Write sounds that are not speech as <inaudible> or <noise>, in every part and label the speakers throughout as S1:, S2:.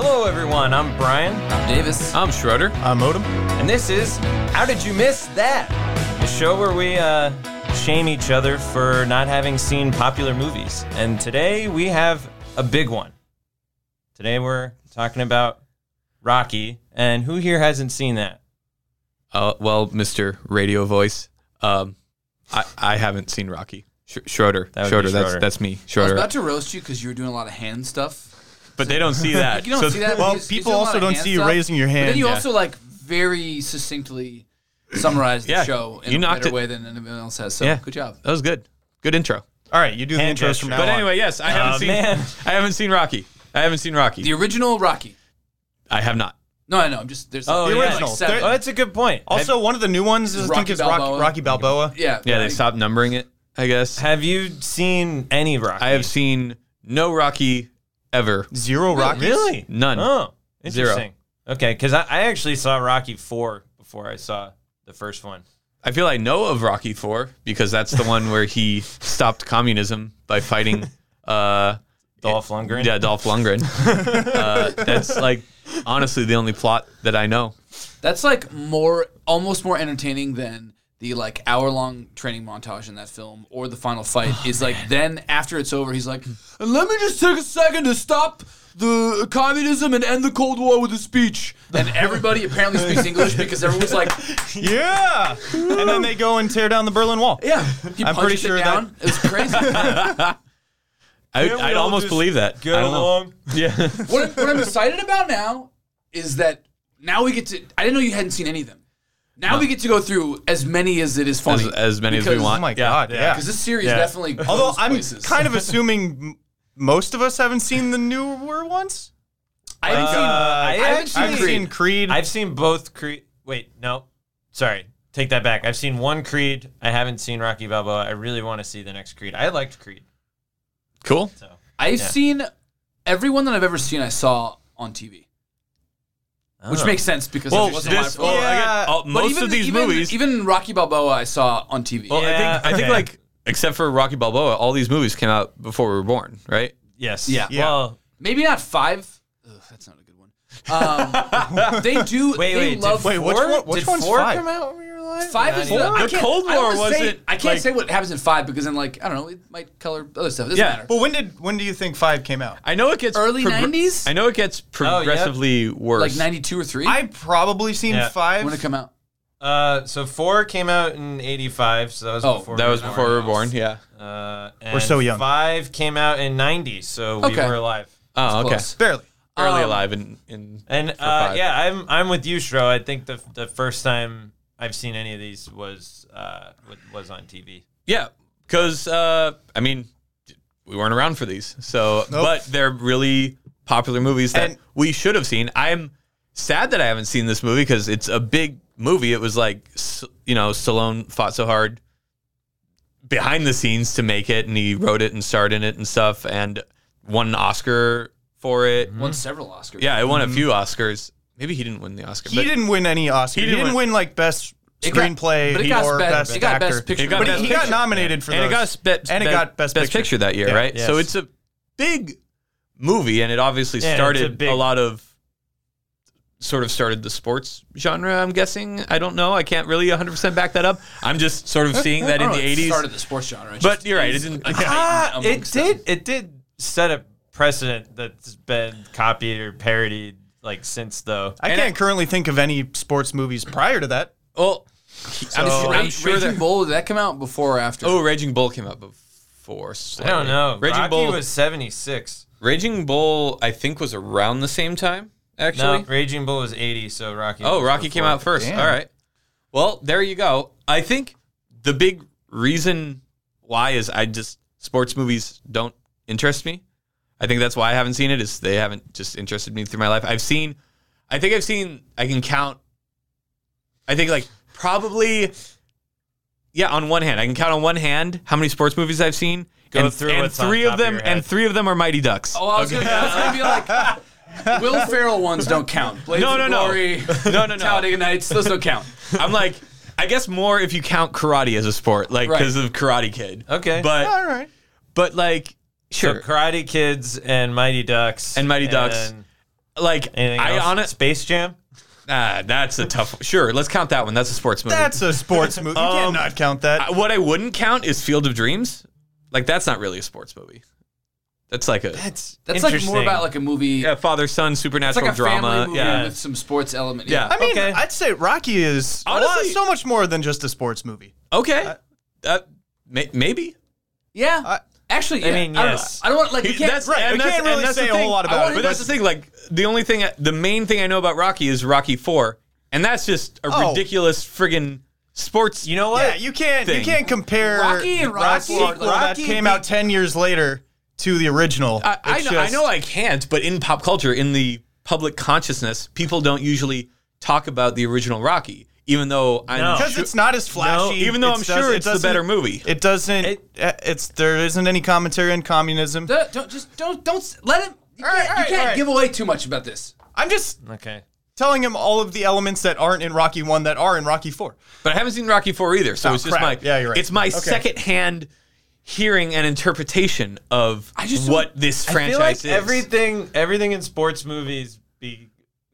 S1: on. I'm Brian.
S2: I'm Davis.
S3: I'm Schroeder.
S4: I'm Odom.
S1: And this is How Did You Miss That? The show where we uh, shame each other for not having seen popular movies. And today we have a big one. Today we're talking about Rocky. And who here hasn't seen that?
S3: Uh, well, Mr. Radio Voice, um, I, I haven't seen Rocky. Sh- Schroeder.
S1: That would be
S3: Schroeder,
S1: Schroeder.
S3: That's, that's
S2: I
S3: me.
S2: was
S3: Schroeder.
S2: about to roast you because you were doing a lot of hand stuff.
S4: But they don't see
S3: <laughs>
S4: that.
S2: You don't
S4: So-
S2: see that.
S4: Well,
S2: because he's
S4: people
S2: doing a lot
S4: also
S2: of
S4: don't
S2: hand
S4: see you
S2: stuff,
S4: raising your
S2: But
S4: hand.
S2: then you
S4: Yeah.
S2: also like very succinctly summarized the
S3: Yeah,
S2: show in
S3: you
S2: a
S3: knocked
S2: better
S3: it.
S2: way than anyone else has. So
S3: Yeah.
S2: good job.
S3: that was good. Good intro.
S4: All right, you do the
S1: Hand
S4: intros
S1: gesture.
S4: from now
S3: But
S4: on.
S3: anyway, yes, I haven't
S1: Uh,
S3: seen. <laughs>
S1: man.
S3: I haven't seen Rocky. I haven't seen Rocky.
S2: The original Rocky.
S3: I have not.
S2: No, I know. I'm just there's
S1: Oh,
S2: like,
S1: the
S2: like
S4: original.
S2: seven.
S1: Oh, that's a good point.
S4: also one of the new ones is I think
S2: Rocky
S4: is Rocky,
S2: Balboa.
S4: Rocky Balboa.
S2: yeah,
S3: Yeah, they
S2: like,
S3: stopped numbering it. I guess.
S1: have, have you seen any Rocky?
S3: I have seen no Rocky ever.
S4: Zero Rocky.
S1: Really?
S3: None.
S1: Oh,
S3: Zero.
S1: interesting. Okay, because I, I actually saw Rocky 4 before I saw the first one.
S3: I feel I know of Rocky Four because that's the one where he stopped communism by fighting. <laughs> Uh,
S1: Dolph Lundgren?
S3: Yeah,
S2: <laughs>
S3: Dolph Lundgren. uh, that's like honestly the only plot that I know.
S2: that's like more almost more entertaining than the like hour long training montage in that film or the final fight
S4: Oh,
S2: is like then after it's over he's like and let me just take a second to stop the communism and end the cold war with a speech and everybody apparently speaks english because everyone's like
S4: Yeah. and then they go and tear down the Berlin Wall.
S2: yeah he
S4: I'm
S2: punches
S4: pretty sure
S2: it
S4: that-
S2: down it was crazy
S4: <laughs>
S3: I,
S1: we
S3: I'd
S1: all
S3: almost
S1: just
S3: believe that.
S1: Get
S3: I don't know.
S1: along.
S3: Yeah.
S2: what, what i'm excited about now is that now we get to i didn't know you hadn't seen any of them now we get to go through as many as it is funny
S3: as, as many as we
S2: Because-
S4: Oh
S3: want.
S4: my
S3: yeah.
S4: god. Yeah.
S2: because this series
S4: Yeah.
S2: definitely goes
S4: Although I'm
S2: places.
S4: kind of assuming m- most of us haven't seen the newer ones.
S2: I haven't seen.
S1: I
S2: I haven't
S1: actually-
S2: seen.
S4: I've
S2: Creed.
S4: seen Creed.
S1: I've seen both Creed. Wait, no. Sorry. Take that back. I've seen one Creed. I haven't seen Rocky Balboa. I really want to see the next Creed. I liked Creed.
S3: Cool.
S1: So
S2: I've
S1: Yeah.
S2: seen everyone that I've ever seen. I saw on TV, which makix makes sense because
S3: Well,
S2: it wasn't my
S3: this,
S2: fault.
S3: well,
S4: Yeah.
S3: again, all-
S2: But
S3: most
S2: even,
S3: of these
S2: even,
S3: movies.
S2: even Rocky Balboa, I saw on TV.
S3: well,
S1: Yeah,
S3: I think I think
S1: okay.
S3: like except for Rocky Balboa, all these movies came out before we were born, right?
S1: yes.
S2: Yeah.
S4: Yeah.
S1: Well,
S2: Maybe not five. Ugh, that's not a good one.
S3: <laughs>
S2: Um, they do.
S1: wait,
S2: they
S1: wait. Did
S2: love
S4: Wait,
S1: four,
S4: which one- which
S1: did
S4: one's
S1: four
S4: five?
S1: come out when you were alive?
S2: Five is
S1: Not
S2: the,
S1: even.
S2: I
S3: The
S2: can't-
S3: Cold
S2: I don't
S3: War
S2: wanna say-
S3: wasn't,
S2: I can't
S3: like-
S2: say what happens in five because then, like, I don't know, it might color other stuff. It doesn't
S3: Yeah.
S2: matter.
S4: Well, when did when do you think 5 came out?
S3: I know it gets
S2: Early 90s?
S3: I know it gets
S1: yeah.
S3: progressively
S2: Like
S3: worse.
S2: ninety two or three.
S4: I probably seen
S1: Yeah.
S4: 5.
S2: when it come out.
S1: Uh, so four came out in '85. So that was
S2: Oh,
S1: before.
S3: that
S1: we
S3: was
S1: were
S3: before we were born. Yeah.
S1: born. Uh,
S4: We're so
S1: and
S4: young.
S1: Five came out in '90, so we
S2: Okay.
S1: were alive.
S3: Oh, okay.
S2: Close.
S4: Barely.
S3: Early
S2: Um,
S3: alive in in
S1: And uh,
S3: five.
S1: yeah, I'm I'm with you, Shro. I think the the first time I've seen any of these was uh, wa- was on TV.
S3: Yeah, because uh, I mean, we weren't around for these, so but they're really popular movies that
S4: And-
S3: we should have seen. I'm sad that I haven't seen this movie because it's a big movie. It was like S- you know, Stallone fought so hard behind the scenes to make it, and he wrote it and starred in it and stuff, and won an Oscar for it.
S4: Mm-hmm.
S2: Won several Oscars.
S3: Yeah, it won a few Oscars. Maybe he didn't win the Oscar.
S4: He
S3: but
S4: didn't win any Oscar. He
S3: didn't
S4: didn't, win. like best
S2: It got-
S4: screenplay
S2: but it got
S4: or
S2: best-
S4: best,
S2: it got
S4: actor.
S2: best picture.
S3: It got
S4: but
S3: best
S4: he got
S3: picture.
S4: nominated for
S3: and
S4: those.
S3: it got best,
S4: and it got best, picture.
S3: that year,
S4: Yeah.
S3: right? So
S1: Yes.
S3: it's a big movie, and it obviously
S1: Yeah, it's a
S3: started a,
S1: big-
S3: lot of sort of started the sports genre. I'm guessing. I don't know. I can't really 100 percent back that up. I'm just sort of seeing that
S2: I don't
S3: in Oh, the
S2: know, Oh, it
S3: 80s.
S2: started the sports genre. It
S3: but
S2: just
S3: you're right. It
S2: is
S3: didn't.
S2: a <laughs>
S3: yeah.
S1: Ah,
S2: titan
S1: it
S2: amongst them.
S1: did. It did set a precedent that's been copied or parodied like since though.
S4: I
S3: and
S4: can't currently think of any sports movies prior to that.
S3: Well, I'm,
S2: Ra-
S3: sure, I'm sure
S2: Raging
S3: that.
S2: Bull, did that come out before or after?
S3: Oh, Raging Bull came out before.
S1: I don't
S3: slightly.
S1: know.
S3: Raging
S1: Rocky
S3: Bull
S1: was 76.
S3: Raging Bull. I think was around the same time. Actually,
S1: No, Raging Bull was 80, so Rocky.
S3: Oh,
S1: was
S3: Rocky
S1: before.
S3: came out first.
S4: Damn.
S3: All right. Well, there you go. I think the big reason why is I just sports movies don't interest me. I think that's why I haven't seen it is they haven't just interested me through my life. I've seen I think I've seen I can count I think like probably yeah, on one hand. I can count on one hand how many sports movies I've seen.
S1: Go
S3: and
S1: through
S3: and
S1: what's on
S3: three
S1: top
S3: of
S1: of
S3: them
S1: your head.
S3: and three of them are Mighty Ducks.
S1: <laughs>
S2: Oh, I was gonna- I was going to be like,
S3: <laughs>
S2: Will Ferrell ones don't count. Blades
S3: No,
S2: of
S3: no, no.
S2: Glory,
S3: <laughs> No, no, no.
S2: Talladega Nights, those don't count.
S3: I'm like, I guess more if you count karate as a sport, like
S2: Right.
S3: because of Karate Kid.
S1: Okay.
S3: but
S4: All right.
S3: but like
S1: So
S3: sure,
S1: Karate Kids and Mighty Ducks
S3: And Mighty Ducks. like
S1: Anything
S3: I
S1: else?
S3: on it.
S1: Space Jam.
S3: Ah, that's a tough. Sure, let's count that one. That's a sports movie.
S4: That's a sports movie. You can't
S3: Um,
S4: not count that.
S3: Uh, what I wouldn't count is Field of Dreams. Like that's not really a sports movie. That's like a
S1: That's
S2: That's like more about like a movie.
S3: yeah, father son
S2: It's like
S3: supernatural
S2: a
S3: drama.
S2: family movie
S3: yeah,
S2: with some sports element.
S3: yeah.
S4: I mean,
S1: okay.
S4: I'd say Rocky is a lot-
S3: Honestly-
S4: so much more than just a sports movie.
S3: okay, uh, may- maybe.
S2: yeah.
S4: I-
S2: Actually,
S1: I
S2: yeah.
S1: mean,
S2: don't-
S1: yes.
S2: I don't want like you can't.
S3: that's
S4: right,
S3: And
S4: we
S3: that's,
S4: can't really
S3: and that's the
S4: say a
S3: thing.
S4: whole lot
S3: I
S4: about it,
S3: wanna-
S4: but
S3: But that's the
S4: that's-
S3: thing. Like the only thing, the main thing I know about Rocky is Rocky Four, and that's just a
S4: Oh.
S3: ridiculous friggin' sports.
S1: You know what?
S4: Yeah, you can't
S3: Thing.
S4: you can't compare
S2: Rocky and
S4: the
S2: Rocky-
S4: sequel that
S2: Rocky
S4: came out ten years later to the original.
S3: I, I,
S4: It's
S3: know, I
S4: just-
S3: know I can't, but in pop culture, in the public consciousness, people don't usually talk about the original Rocky, even though I'm
S1: No.
S4: because
S3: sure-
S4: it's not as flashy.
S3: even though
S4: it
S3: I'm
S4: does-
S3: sure
S4: it
S3: it's the
S4: doesn't-
S3: better movie.
S4: It doesn't.
S1: It-
S4: uh, it's there isn't any commentary on communism.
S2: Don't, don't just don't don't s- let him. You
S4: All right,
S2: can't,
S4: all
S2: you
S4: right,
S2: can't
S4: all right.
S2: give away too much about this.
S4: I'm just
S1: okay.
S4: telling him all of the elements that aren't in Rocky One that are in Rocky Four.
S3: But I haven't seen Rocky Four either, so
S4: Oh,
S3: it's just
S4: crap.
S3: my
S4: Yeah, you're right.
S3: It's my
S4: Okay.
S3: secondhand hearing and interpretation of
S2: I just don't-
S3: what this
S1: I feel
S3: franchise
S1: like
S3: is.
S1: everything everything in sports movies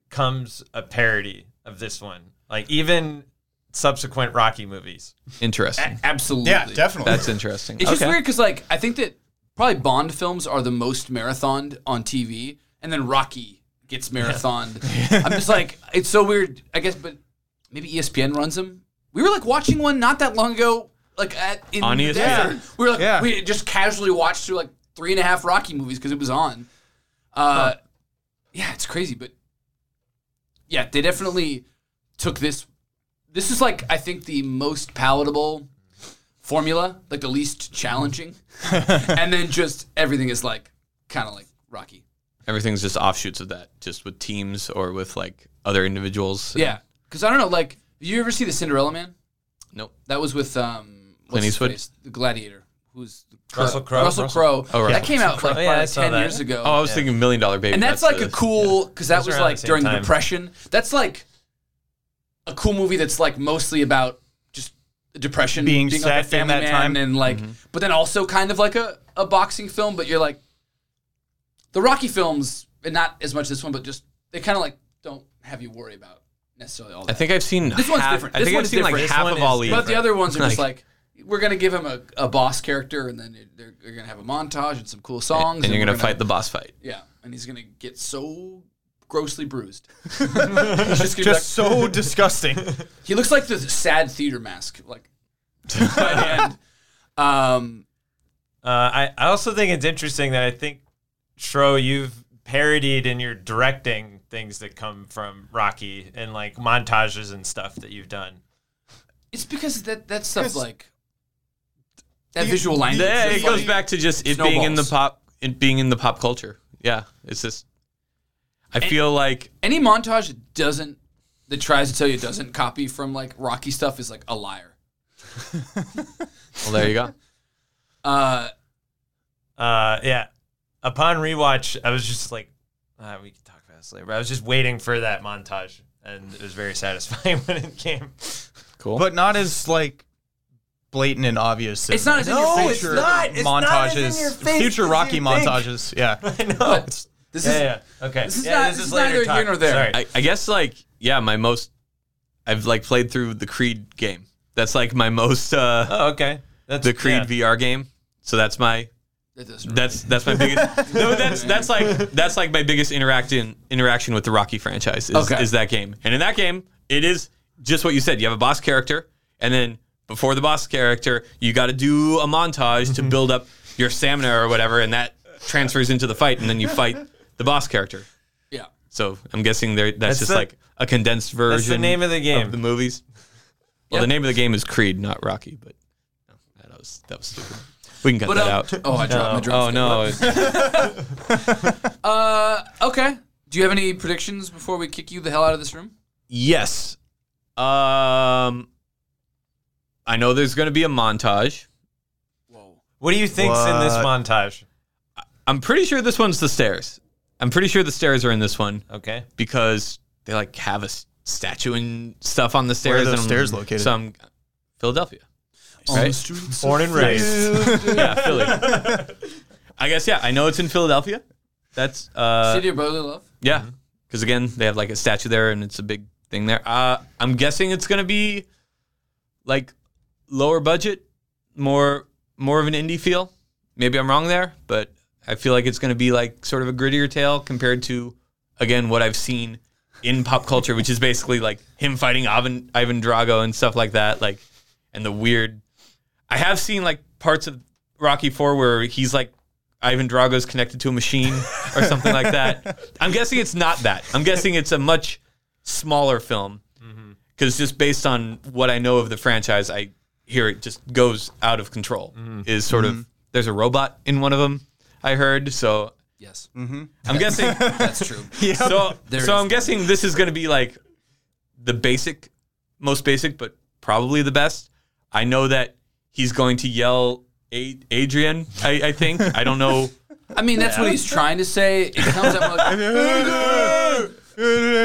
S1: becomes a parody of this one. Like even subsequent Rocky movies. <laughs>
S3: interesting.
S2: Absolutely.
S4: definitely.
S3: That's interesting.
S2: It's just
S3: Okay.
S2: weird because like I think that probably Bond films are the most marathoned on TV, and then Rocky gets marathoned.
S3: <laughs>
S2: I'm just like it's so weird. I guess, but maybe E ESPN runs them. We were like watching one not that long ago, like at in
S3: On
S2: the
S3: ESPN?
S2: desert. We were like
S4: Yeah.
S2: we just casually watched through like three and a half Rocky movies because it was on. Uh, Yeah, it's crazy, but yeah, they definitely took this. This is like I think the most palatable formula, like the least challenging, and then just everything is like kind of like Rocky.
S3: Everything's just offshoots of that, just with teams or with like other individuals.
S2: Yeah, because I don't know, like you ever see the Cinderella Man?
S3: Nope.
S2: That was with um, what's
S3: Clint
S2: his
S3: Eastwood?
S2: face? the Gladiator, who's the
S1: Russell Crowe.
S2: Russell
S1: Russell-
S2: Crowe.
S3: Oh, right.
S2: that came out like
S1: Crowe. Yeah, I
S2: probably
S1: saw
S2: ten
S1: that.
S2: years ago.
S3: Oh, I was thinking Million Dollar Baby.
S2: and that's, like a
S3: the-
S2: cool because that
S1: Those
S2: was
S1: are around
S2: like
S1: the same
S2: during the
S1: time.
S2: depression that's like a cool movie that's like mostly about just the depression
S4: Being
S2: like a
S4: sad during
S2: family
S4: that
S2: man
S4: time.
S2: and like
S3: Mm-hmm.
S2: but then also kind of like a, a boxing film but you're like the rocky films and not as much this one but just they kind of like don't have you worry about necessarily all that
S3: I think I've seen
S2: This one's
S3: half-
S2: different.
S3: I
S2: This
S3: think
S2: one's
S3: I've seen like
S1: different. This
S3: half
S1: one
S3: of
S1: is
S3: all.
S2: but the other ones are just
S3: Like-
S2: like we're gonna give him a, a boss character and then they're, they're gonna have a montage and some cool songs
S3: and you're
S2: we're
S3: gonna fight the boss fight.
S2: yeah, and he's gonna get so grossly
S3: <laughs>
S2: bruised. He's just gonna be
S4: Just
S2: like-
S4: so
S1: <laughs>
S4: <laughs> disgusting.
S1: Uh,
S2: he looks like the sad theater mask, like by the
S3: <laughs>
S2: end. Um,
S1: Uh, I, I also think it's interesting that I think Shro, you've parodied and you're directing things that come from Rocky and like montages and stuff that you've done.
S2: it's because that that stuff
S4: Because-
S2: like that visual language.
S3: Yeah,
S2: is
S3: it goes
S2: like-
S3: back to just it being in the
S2: Snowballs.
S3: pop, it being in the pop culture. Yeah, it's just. I feel like
S2: Any montage that doesn't that tries to tell you it doesn't copy from like Rocky stuff is like a liar.
S3: well, there you go.
S2: Uh,
S1: Uh, yeah. Upon rewatch, I was just like, ah, we can talk about this later, but I was just waiting for that montage and it was very satisfying <laughs> when it came.
S3: Cool.
S4: but not as like blatant and obvious.
S2: It's not as in your face.
S4: future
S2: It's not-
S1: it's not as
S4: montages.
S1: in your face
S4: future
S1: as
S4: Rocky
S1: you think.
S4: montages.
S1: <laughs>
S4: Yeah.
S1: I know.
S2: but this is
S1: yeah, yeah. Okay.
S2: this is
S1: yeah,
S2: not- this is neither
S1: talk.
S2: here nor there.
S1: Sorry.
S3: I, I guess like yeah, my most I've like played through the Creed game. That's like my most uh
S1: oh, okay. That's
S3: the Creed
S1: yeah.
S3: VR game. So that's my
S2: that doesn't.
S3: that's that's my
S1: <laughs>
S3: biggest no that's that's like that's like my biggest interaction interaction with the Rocky franchise is,
S2: Okay.
S3: is that game. And in that game, it is just what you said. You have a boss character, and then before the boss character, you got to do a montage
S1: <laughs>
S3: to build up your stamina or whatever, and that transfers into the fight, and then you fight the boss character.
S2: yeah.
S3: So I'm guessing there. That's, just
S1: the-
S3: like a condensed version.
S1: name of the game.
S3: the movies. Well, the name of the game is Creed, not Rocky. But no, that was that was stupid. We can cut
S2: But
S3: that
S2: uh,
S3: out.
S2: oh, I dropped my drums.
S3: Oh <laughs> no!
S2: Okay. Do you have any predictions before we kick you the hell out of this room?
S3: yes. Um, I know there's going to be a montage.
S2: Whoa.
S1: What do you think's in this
S4: What?
S1: montage?
S3: I'm pretty sure this one's the stairs. I'm pretty sure the stairs are in this one
S1: Okay.
S3: because they like have a s- statue and stuff on the stairs.
S4: those
S3: and
S4: stairs located?
S3: Some Philadelphia.
S1: Oh,
S2: On the
S3: Right?
S2: streets
S4: Born
S2: of
S4: and raised.
S3: yeah, Philly. I guess yeah. I know it's in Philadelphia. That's uh,
S2: City of Brotherly Love.
S3: yeah. Because again, they have like a statue there, and it's a big thing there. Uh, I'm guessing it's gonna be like lower budget, more more of an indie feel. Maybe I'm wrong there, but I feel like it's gonna be like sort of a grittier tale compared to again what I've seen in pop culture, which is basically like him fighting Ivan, Ivan Drago and stuff like that. Like, and the weird. I have seen like parts of Rocky Four where he's like Ivan Drago's connected to a machine or something like that. I'm guessing it's not that. I'm guessing it's a much smaller film because just based on what I know of the franchise, I hear it just goes out of control. Is sort of
S2: Mm-hmm.
S3: there's a robot in one of them. I heard so.
S2: Yes,
S3: I'm guessing
S4: Mm-hmm.
S2: that's
S4: <laughs>
S2: true.
S3: so,
S2: There
S3: so
S2: is.
S3: I'm guessing this is going to be like the basic, most basic, but probably the best. I know that he's going to yell A- Adrian. I, I think I don't know.
S2: I mean, that's what he's trying to say. It comes out
S4: <laughs>
S2: like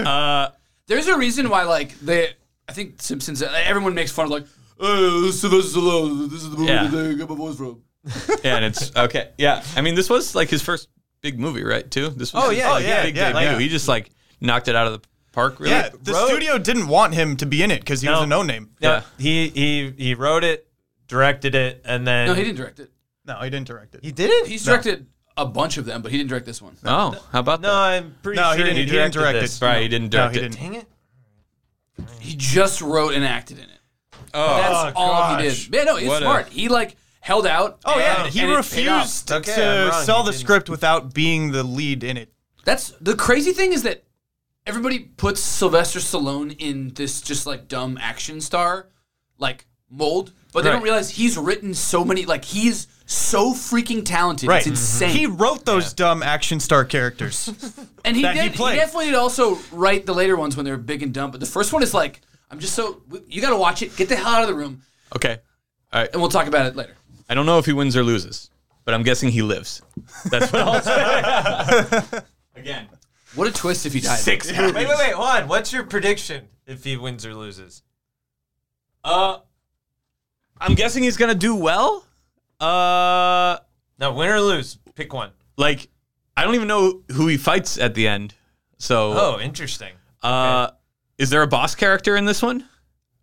S3: Uh,
S2: there's a reason why like they. I think Simpsons. uh, Everyone makes fun of like, oh, this is Sylvester Stallone. This is the movie
S3: Yeah.
S2: that I got my voice from.
S3: and
S4: <laughs>
S3: it's okay. Yeah, I mean this was like his first big movie, right? Too. This was
S1: Oh,
S3: his,
S1: yeah,
S3: like,
S4: yeah,
S3: big
S4: yeah,
S3: debut.
S4: like-
S3: he just like knocked it out of the park. Really.
S4: Yeah, the
S1: Wrote-
S4: studio didn't want him to be in it because he was
S1: No.
S4: a no name.
S1: No,
S3: Yeah.
S1: he he he wrote it, directed it, and then
S2: No, he didn't direct it.
S4: No, he didn't direct it.
S1: He did it.
S2: He's directed a bunch of them, but he didn't direct this one.
S3: Oh, how about
S1: no, I'm pretty
S4: No, he
S1: sure
S4: didn't-
S1: he,
S4: he
S1: directed
S4: didn't direct
S1: this.
S4: it.
S3: that? Right, he didn't
S4: No,
S3: direct
S4: he
S3: it.
S4: didn't.
S1: Dang it!
S2: He just wrote and acted in it.
S3: Oh,
S2: That's
S4: Oh,
S2: all he
S4: gosh.
S2: did. Yeah, no, he's
S3: What a-
S2: smart. he like held out.
S4: Oh yeah,
S2: and-
S4: he
S2: and it paid off.
S4: refused
S1: Okay, I'm
S4: to
S1: wrong,
S4: sell
S1: he
S4: the
S1: didn't.
S4: script without being the lead in it.
S2: That's the crazy thing is that everybody puts Sylvester Stallone in this just like dumb action star like mold, but they
S3: Right.
S2: don't realize he's written so many. Like he's so freaking talented.
S4: Right, Mm-hmm.
S2: It's insane.
S4: He wrote those dumb action star characters.
S2: and he
S4: that he
S2: did. He,
S4: played.
S2: definitely did also write the later ones when they're big and dumb. But the first one is like, I'm just so you got to watch it. Get the hell out of the room,
S3: okay.
S2: and we'll talk about it later.
S3: I don't know if he wins or loses, but I'm guessing he lives. That's what I'll
S4: <laughs>
S3: say. Again.
S2: What a twist if he died.
S3: Six.
S1: <coughs> Wait, wait, wait, Juan. What's your prediction if he wins or loses?
S3: Uh, I'm guessing he's gonna do well. Uh,
S1: No, win or lose, pick one.
S3: like I don't even know who he fights at the end. So,
S1: Oh, interesting.
S3: uh, is there a boss character in this one?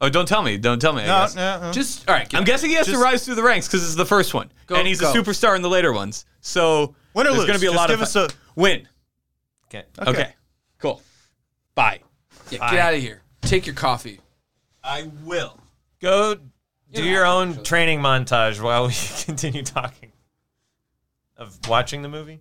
S3: Oh, don't tell me. Don't tell me. I
S4: No,
S3: guess.
S4: no, no.
S2: Just all right.
S3: I'm guessing he has to
S4: Just-
S3: rise through the ranks because it's the first one,
S2: Go-
S3: and he's
S2: go.
S3: a superstar in the later ones. So
S4: Win or
S3: there's
S4: lose,
S3: gonna be a
S4: just
S3: lot
S4: give
S3: of
S4: us a-
S3: win.
S1: Okay.
S3: Okay. cool. Bye.
S2: Yeah, get out of here. Take your coffee.
S3: I will.
S1: Go do your own training montage while we <laughs> continue talking of watching the movie.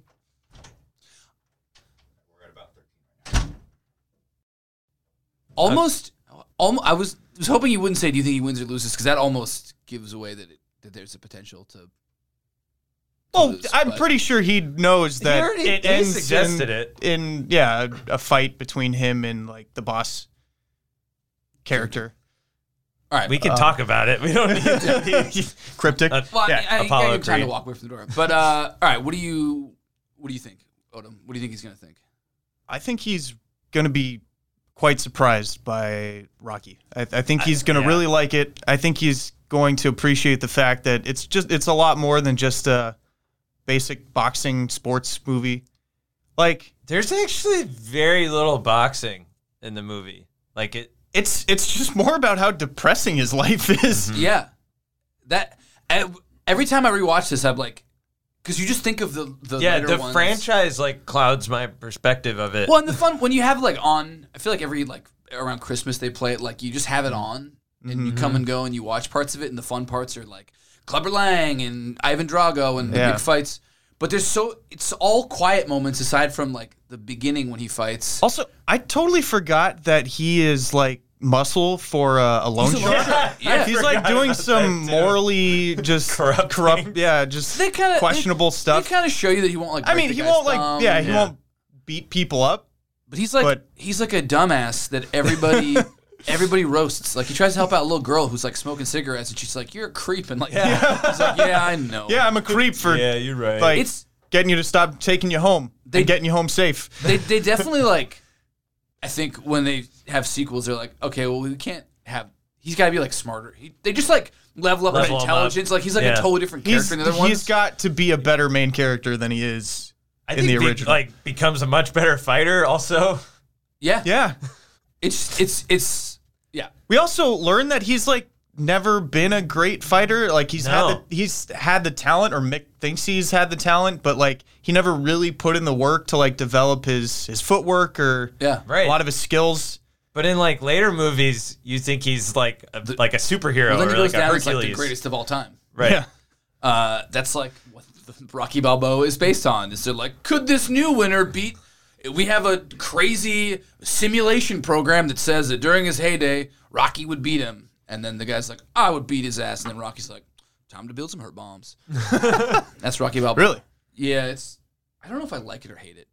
S2: Almost, almost. I was was hoping you wouldn't say. Do you think he wins or loses? Because that almost gives away that it, that there's a potential to.
S4: Well,
S2: Lose,
S4: I'm
S2: but-
S4: pretty sure he knows that
S1: already-
S4: it
S1: he
S4: ends
S1: suggested
S4: in,
S1: it.
S4: in yeah a fight between him and like the boss character.
S2: All right.
S1: We can talk about it. We don't need to be.
S4: Cryptic.
S1: Uh,
S2: Uh, <laughs>
S1: <laughs>
S2: well,
S1: yeah,
S2: I, I,
S1: Apollo
S2: I'm trying to
S1: Creed.
S2: walk away from the door. But uh, all right. What do you What do you think, Odom? What do you think he's gonna think?
S4: I think he's going to be quite surprised by Rocky. I, I think he's going to
S1: yeah.
S4: really like it. I think he's going to appreciate the fact that it's just it's a lot more than just a basic boxing sports movie. Like
S1: There's actually very little boxing in the movie. Like it.
S4: it's it's just more about how depressing his life is.
S2: Yeah. That I, every time I rewatch this, I'm like, because you just think of the the
S1: Yeah,
S2: later
S1: the
S2: ones.
S1: franchise like clouds my perspective of it.
S2: Well, and the fun when you have like on, I feel like every like around Christmas they play it like you just have it on and you
S4: Mm-hmm.
S2: come and go and you watch parts of it and the fun parts are like Clubber Lang and Ivan Drago and the
S4: Yeah.
S2: big fights. But there's so it's all quiet moments aside from like the beginning when he fights.
S4: Also, I totally forgot that he is like muscle for uh, a loan shark.
S2: yeah, <laughs>
S4: He's like
S1: forgot
S4: doing
S1: about
S4: some
S1: that, too.
S4: morally just
S1: Corrupt
S4: corrupt
S1: things.
S4: yeah, just
S2: they kind of
S4: questionable stuff.
S2: They kind of show you that he won't like.
S4: I
S2: break
S4: mean,
S2: the
S4: he
S2: guy's
S4: won't
S2: thumb.
S4: like yeah, he
S1: Yeah.
S4: won't beat people up.
S2: But he's like
S4: But-
S2: he's like a dumbass that
S4: <laughs>
S2: everybody everybody roasts. Like he tries to help out a little girl who's like smoking cigarettes and she's like, "You're a creep," and like, <laughs> he's like, "Yeah, I know."
S4: Yeah, I'm a creep for
S1: you're right.
S4: like
S2: Oh. It's-
S4: getting you to stop taking you home
S2: They-
S4: and getting you home safe.
S2: they they definitely like. I think when they have sequels, they're like, "Okay, well, we can't have." He's got to be like smarter. He, they just like level up
S1: Level him
S2: his
S1: up.
S2: intelligence. Like he's like
S1: Yeah.
S2: a totally different character
S4: He's,
S2: than the other
S4: he's
S2: ones.
S4: got to be a better main character than he is
S1: I
S4: in the
S1: be-
S4: original.
S1: like becomes a much better fighter. Also,
S2: Yeah.
S4: Yeah.
S2: It's it's it's yeah.
S4: We also learned that he's like never been a great fighter. Like he's
S1: No.
S4: had the, he's had the talent, or Mick thinks he's had the talent, but like he never really put in the work to like develop his his footwork or
S2: Yeah.
S1: Right.
S4: a lot of his skills.
S1: But in like later movies, you think he's like a, like a superhero
S2: Well, then
S1: or
S2: he
S1: like
S2: goes
S1: a
S2: down as
S1: Oh, Hercules,
S2: like the greatest of all time.
S1: right?
S4: Yeah.
S2: Uh, that's like what the Rocky Balboa is based on. Is they're like, could this new winner beat? We have a crazy simulation program that says that during his heyday, Rocky would beat him, and then the guy's like, I would beat his ass, and then Rocky's like, time to build some hurt
S1: <laughs>
S2: bombs. that's Rocky Balboa.
S4: Really?
S2: Yeah, it's. I don't know if I like it or hate it,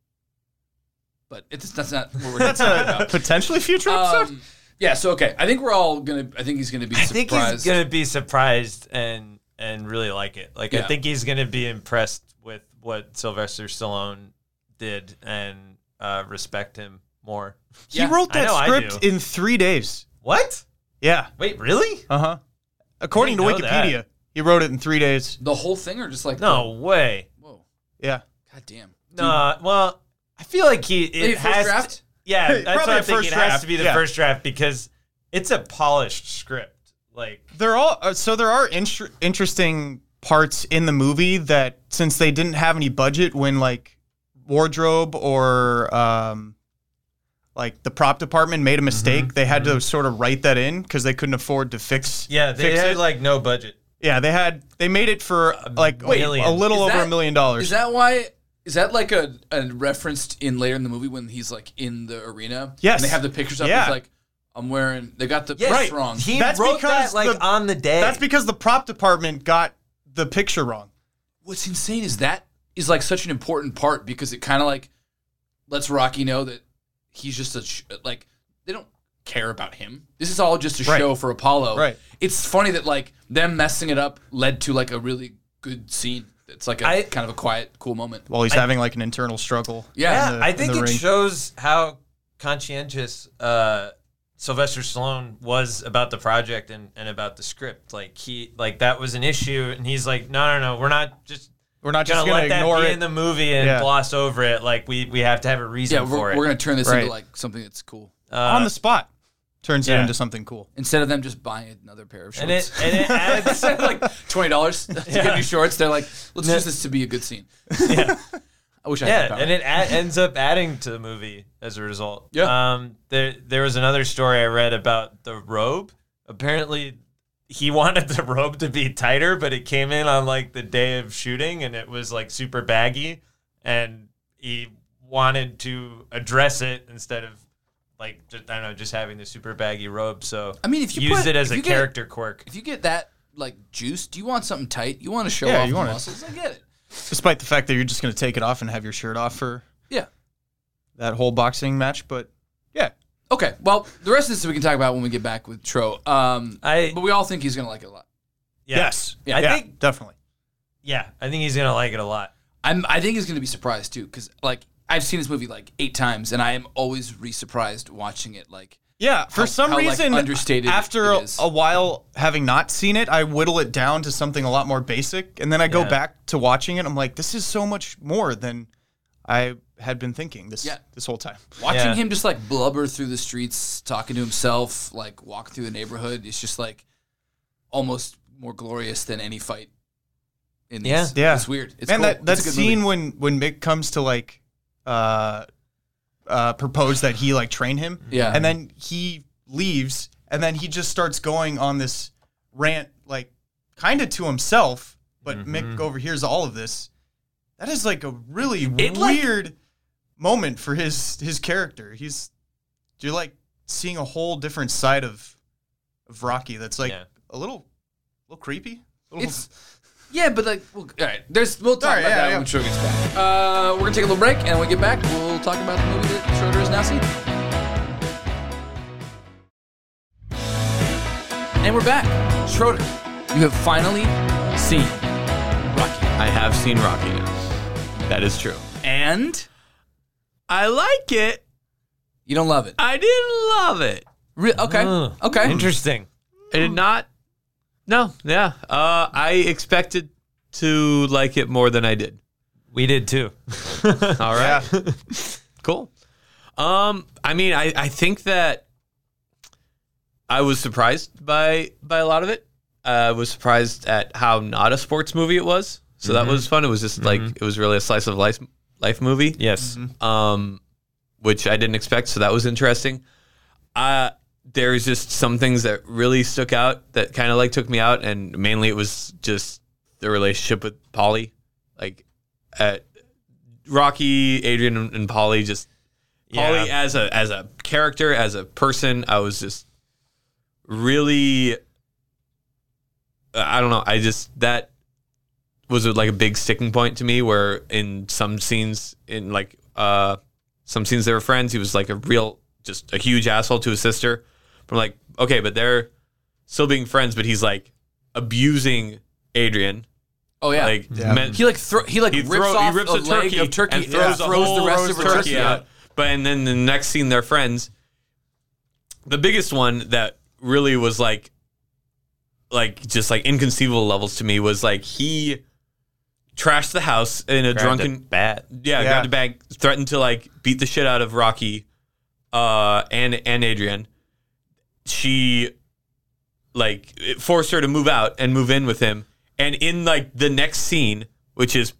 S2: but it's that's not
S1: <laughs>
S2: what we're
S4: That's a potentially future episode.
S2: Um, yeah, so okay, I think we're all gonna. I think he's gonna be
S1: I
S2: surprised.
S1: think he's gonna be surprised and and really like it. Like I
S2: Yeah.
S1: think he's gonna be impressed with what Sylvester Stallone did and uh, respect him more.
S2: yeah.
S4: He wrote
S1: I
S4: that
S1: know I
S4: script
S1: do.
S4: in three days.
S1: What?
S4: Yeah.
S1: Wait, really?
S4: Uh huh. According to
S1: didn't know that.
S4: Wikipedia, he wrote it in three days.
S2: the whole thing, or just like
S1: No way.
S2: Whoa,
S4: Yeah.
S2: god damn.
S1: No. well, I feel like he it
S2: Wait, first
S1: has. to-
S2: draft?
S1: yeah,
S4: Hey,
S1: that's
S4: probably
S1: what I'm thinking.
S4: first
S1: It has
S4: draft,
S1: to be the
S4: yeah.
S1: first draft because it's a polished script. Like
S4: They're all uh, so there are inter- interesting parts in the movie that since they didn't have any budget when like wardrobe or um like the prop department
S1: Mm-hmm.
S4: made a mistake, they had to sort of write that in because they couldn't afford to fix.
S1: yeah, they
S4: fix
S1: had
S4: it.
S1: like no budget.
S4: yeah, they had they made it for like
S1: Wait,
S4: a
S1: million.
S4: little
S2: Is
S4: over
S2: that-
S4: a million
S2: Is
S4: dollars.
S2: that why? Is that like a, a referenced in later in the movie when he's like in the arena?
S4: Yes.
S2: And they have the pictures up.
S4: Yeah.
S2: He's like, I'm wearing. They got the
S1: Yes,
S2: press wrong.
S1: He
S4: That's
S1: wrote that
S4: because
S1: like
S4: the-
S1: on the day.
S4: That's because the prop department got the picture wrong.
S2: What's insane is that is like such an important part because it kind of like lets Rocky know that he's just a sh- like they don't care about him. This is all just a
S4: Right.
S2: show for Apollo.
S4: Right.
S2: It's funny that like them messing it up led to like a really good scene. It's like a
S1: I-
S2: kind of a quiet, cool moment.
S4: While he's having like an internal struggle.
S2: Yeah.
S1: yeah,
S4: the-
S1: I
S4: in
S1: think
S4: the
S1: it
S4: ring.
S1: shows how conscientious uh, Sylvester Stallone was about the project and, and about the script. Like he like that was an issue, and he's like, no, no, no, we're not just
S4: We're not
S1: gonna
S4: just gonna
S1: let that
S4: ignore
S1: be
S4: it.
S1: in the movie and
S4: Yeah.
S1: gloss over it. Like we we have to have a reason
S2: Yeah,
S1: for
S2: we're,
S1: it.
S2: we're gonna turn this
S4: Right.
S2: into like something that's cool
S4: on the spot turns
S1: yeah.
S4: it into something cool.
S2: instead of them just buying another pair of shorts.
S1: and it and
S2: <laughs>
S1: it adds
S2: like
S1: <laughs>
S2: twenty dollars to get new shorts. They're like, let's use this to be a good scene. I wish I had.
S1: yeah,
S2: that power.
S1: and it a- ends up adding to the movie as a result.
S2: Yeah.
S1: Um, there there was another story I read about the robe. Apparently, he <laughs> wanted the robe to be tighter, but it came in on like the day of shooting, and it was like super baggy, and he wanted to address it instead of like just, I don't know, just having the super baggy robe. So
S2: I mean, if you
S1: used
S2: put-
S1: it as
S2: if
S1: a
S2: you get-
S1: character quirk.
S2: if you get that like juiced, you want something tight. You want to show
S4: Yeah,
S2: off
S4: you
S2: the
S4: wanna-
S2: muscles. I get it.
S4: despite the fact that you're just going to take it off and have your shirt off for
S2: Yeah.
S4: that whole boxing match. But yeah,
S2: Okay. Well, the rest of this we can talk about when we get back with Tro. Um,
S1: I-
S2: but we all think he's gonna like it a lot.
S1: Yeah.
S4: yeah,
S1: I
S4: yeah,
S1: think
S4: definitely.
S1: yeah, I think he's gonna like it a lot.
S2: I'm. I think he's gonna be surprised too, because like I've seen this movie like eight times, and I am always re-surprised watching it. Like,
S4: Yeah, for
S2: How-
S4: some
S2: how, like,
S4: reason,
S2: understated
S4: after
S2: it is.
S4: a while having not seen it, I whittle it down to something a lot more basic, and then I go
S1: Yeah.
S4: back to watching it. I'm like, this is so much more than I had been thinking this
S2: Yeah.
S4: this whole time.
S2: Watching
S1: Yeah.
S2: him just like blubber through the streets, talking to himself, like walk through the neighborhood, it's just like almost more glorious than any fight. In these.
S1: Yeah.
S4: Yeah.
S2: It's weird. It's
S4: Man,
S2: cool.
S4: that that
S2: it's a good
S4: scene
S2: movie.
S4: when when Mick comes to like uh uh propose that he like train him.
S2: Yeah.
S4: And then he leaves and then he just starts going on this rant like kind of to himself, but Mick overhears all of this. That is like a really
S2: It, like-
S4: weird moment for his his character. He's you're like seeing a whole different side of of Rocky that's like
S1: Yeah.
S4: a little a little creepy. A little- <laughs>
S2: It's yeah, but like, well, all right. There's we'll talk
S4: All right,
S2: about
S4: yeah,
S2: that
S4: yeah.
S2: when Schroeder gets back. Uh, we're gonna take a little break, and when we get back, we'll talk about the movie that Schroeder is now seeing. And we're back, Schroeder. You have finally seen Rocky,
S3: I have seen Rocky now. That is true.
S2: and
S3: I like it.
S2: you don't love it.
S3: I didn't love it.
S2: Re- okay,
S1: Huh.
S2: okay.
S1: Interesting.
S3: I did not. No, yeah. Uh, I expected to like it more than I did.
S1: We did too.
S3: All right.
S4: yeah.
S3: Cool. Um, I mean, I, I think that I was surprised by by a lot of it. Uh, I was surprised at how not a sports movie it was. So that was fun. It was just like it was really a slice of life life movie.
S1: <laughs> Yes.
S2: Mm-hmm.
S3: um, which I didn't expect. So that was interesting. Uh, there's just some things that really stuck out that kind of like took me out, and mainly it was just the relationship with Polly, like at Rocky, Adrian, and, and Polly. Just Polly
S1: Yeah.
S3: as a as a character, as a person, I was just really. I don't know. I just that was like a big sticking point to me where in some scenes in like uh some scenes they were friends he was like a real just a huge asshole to his sister but I'm like okay but they're still being friends but he's like abusing Adrian
S2: Oh yeah.
S3: like
S4: Yeah.
S3: men-
S2: he like thro- he like
S3: he,
S2: rips
S3: throw- he
S2: off
S3: rips
S2: a,
S3: a,
S2: leg
S3: turkey,
S2: of turkey
S3: and throws,
S2: yeah,
S3: the whole
S2: the rest
S3: roast
S2: of her
S3: turkey,
S2: turkey
S3: out. But and then the next scene, they're friends. The biggest one that really was like, like just like inconceivable levels to me was like he trashed the house in a
S1: Grabbed a
S3: drunken
S1: bat.
S3: yeah,
S4: Yeah.
S3: grabbed a bag, threatened to like beat the shit out of Rocky, uh, and and Adrian. She, like, it forced her to move out and move in with him. And in like the next scene, which is,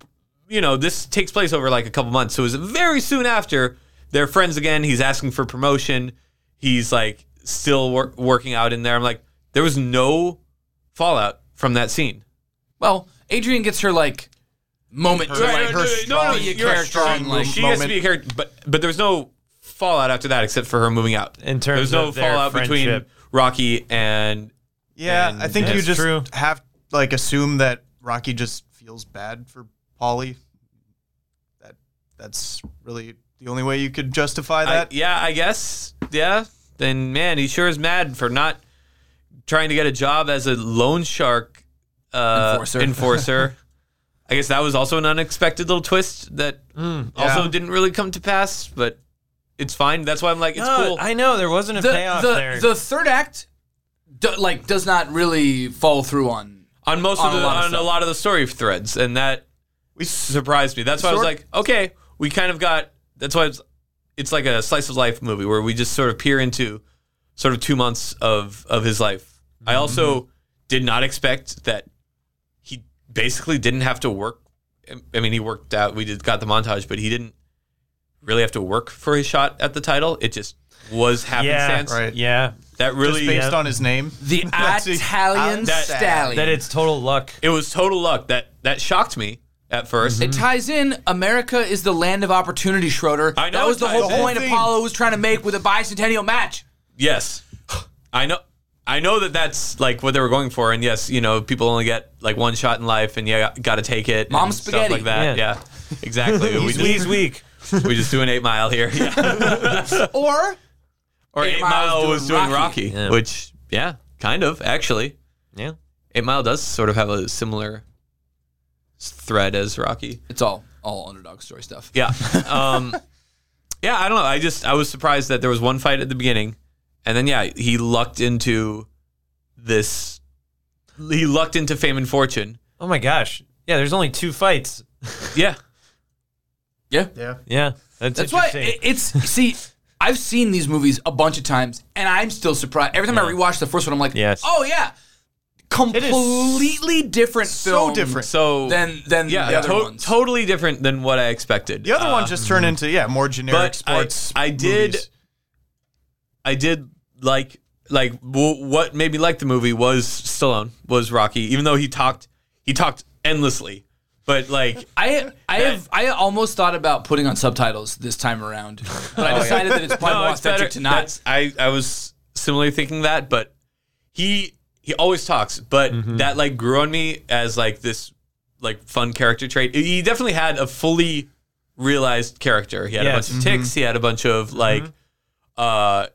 S3: you know, this takes place over like a couple months, so it was very soon after they're friends again. He's asking for promotion. He's like still wor- working out in there. I'm like, there was no fallout from that scene.
S2: Well, Adrian gets her like moment to like
S4: Right, right,
S2: her
S4: right.
S2: strong
S4: no,
S3: you're
S2: character
S3: strong.
S2: and, like,
S3: she has to
S4: moment.
S3: be a character, but but there's no fallout after that except for her moving out.
S1: In terms
S3: there's no
S1: of their
S3: fallout between
S1: friendship.
S3: Rocky and
S4: Yeah,
S3: And
S4: I think you
S1: that's
S4: just
S1: true.
S4: have like assume that Rocky just feels bad for Polly. That that's really the only way you could justify
S3: I-
S4: that.
S3: yeah, I guess yeah. Then man, he sure is mad for not trying to get a job as a loan shark uh,
S2: Enforcer. <laughs>
S3: enforcer. I guess that was also an unexpected little twist that
S2: Hmm,
S3: also
S4: Yeah.
S3: didn't really come to pass, but it's fine. That's why I'm like, it's
S1: No,
S3: cool.
S1: I know there wasn't a
S2: the,
S1: payoff
S2: the,
S1: there.
S2: the third act do, like does not really follow through on
S3: on most
S2: on
S3: of
S2: a
S3: the
S2: lot of
S3: on a
S2: stuff.
S3: lot of the story threads, and that
S4: We
S3: surprised me. That's why I was
S4: Sort-
S3: like, okay, we kind of got. That's why it's it's like a slice of life movie where we just sort of peer into sort of two months of of his life. I
S2: Mm-hmm.
S3: also did not expect that he basically didn't have to work. I mean, he worked out. We did got the montage, but he didn't really have to work for his shot at the title. It just was happenstance.
S4: right.
S1: Yeah.
S3: That
S4: just
S3: really
S4: based on his name.
S3: <laughs>
S2: the
S4: That's the-
S2: Italian
S4: Out- that-
S2: stallion.
S1: That it's total luck.
S3: it was total luck. That that shocked me at 1st
S2: It ties in. America is the land of opportunity, Schroeder.
S3: I know
S2: that
S3: it
S2: was the
S3: ties
S2: whole
S3: in.
S2: point
S4: Whole thing.
S2: Apollo was trying to make with a bicentennial
S3: <laughs>
S2: match.
S3: Yes, I know. I know that that's like what they were going for, and yes, you know, people only get like one shot in life, and you got to take it.
S2: Mom
S3: and
S2: spaghetti.
S3: stuff like that.
S1: Yeah.
S3: Yeah,
S1: <laughs>
S3: exactly. we,
S1: He's
S3: just,
S1: weak.
S3: we just do an eight mile here. Yeah.
S2: Or
S3: Or
S2: Eight
S3: eight,
S2: Mile's
S3: mile
S2: doing
S3: was doing
S2: Rocky.
S3: Rocky,
S1: Yeah.
S3: which yeah, kind of actually.
S1: Yeah.
S3: Eight mile does sort of have a similar s- thread as Rocky.
S2: it's all all underdog story stuff.
S3: Yeah. Um, <laughs> yeah, I don't know. I just I was surprised that there was one fight at the beginning, and then yeah, he lucked into this. He lucked into fame and fortune.
S1: Oh my gosh. Yeah, there's only two fights.
S3: Yeah.
S2: Yeah,
S4: Yeah.
S1: Yeah. That's,
S2: that's why
S1: interesting.
S2: it, it's. See, I've seen these movies a bunch of times, and I'm still surprised. Every time I rewatch the first one, I'm like,
S1: Yes.
S2: oh yeah, completely different film.
S4: So different.
S3: So
S2: than than
S3: yeah,
S2: the other
S3: to-
S2: ones.
S3: totally different than what I expected.
S4: The other
S3: Uh,
S4: one just turned into yeah more generic
S3: but I-
S4: sports.
S3: I did-
S4: movies.
S3: I did like like w- what made me like the movie was Stallone was Rocky, even though he talked he talked endlessly, but like
S2: I I have I almost thought about putting on subtitles this time around, but I decided that it's probably more
S3: it's
S2: authentic
S3: better-
S2: to not.
S3: that's- I, I was similarly thinking that, but he he always talks, but that like grew on me as like this like fun character trait. He definitely had a fully realized character. He had
S1: Yes.
S3: a bunch of ticks. He had a bunch of like, uh,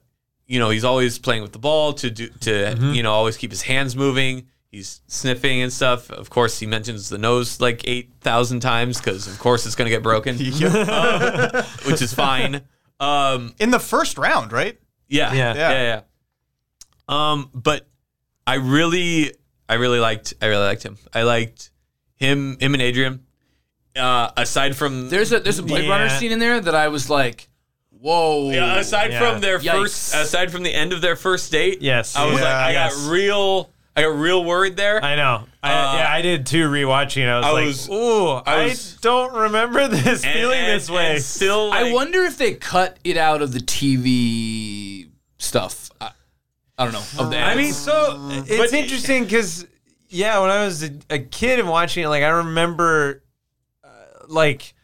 S3: you know, he's always playing with the ball to do to you know always keep his hands moving. He's sniffing and stuff. Of course, he mentions the nose like eight thousand times because of course it's gonna get broken, <laughs>
S4: Yeah.
S3: which is fine. Um,
S4: in the first round, right?
S3: yeah,
S1: Yeah.
S3: yeah,
S4: Yeah.
S3: yeah, yeah. Um, but I really, I really liked, I really liked him. I liked him, him and Adrian. Uh, aside from
S2: There's a there's a Blade
S1: Yeah.
S2: Runner scene in there that I was like, Whoa.
S3: Yeah, aside
S1: Yeah.
S3: from their
S2: Yikes.
S3: first, aside from the end of their first date,
S1: Yes.
S3: I was
S4: Yeah,
S3: like, I
S1: yes.
S3: got real, I got real worried there.
S1: I know. I,
S3: Uh,
S1: yeah, I did too rewatching. I was
S3: I
S1: like,
S3: was-
S1: ooh, I,
S3: was-
S1: don't remember <laughs> this
S3: And-
S1: feeling
S3: and-
S1: this way.
S3: and still,
S2: I
S3: like,
S2: wonder if they cut it out of the TV stuff. I, I don't know. Of the
S3: I
S2: ads.
S3: mean, so
S1: it's interesting because yeah when i was a, a kid and watching it like i remember uh, like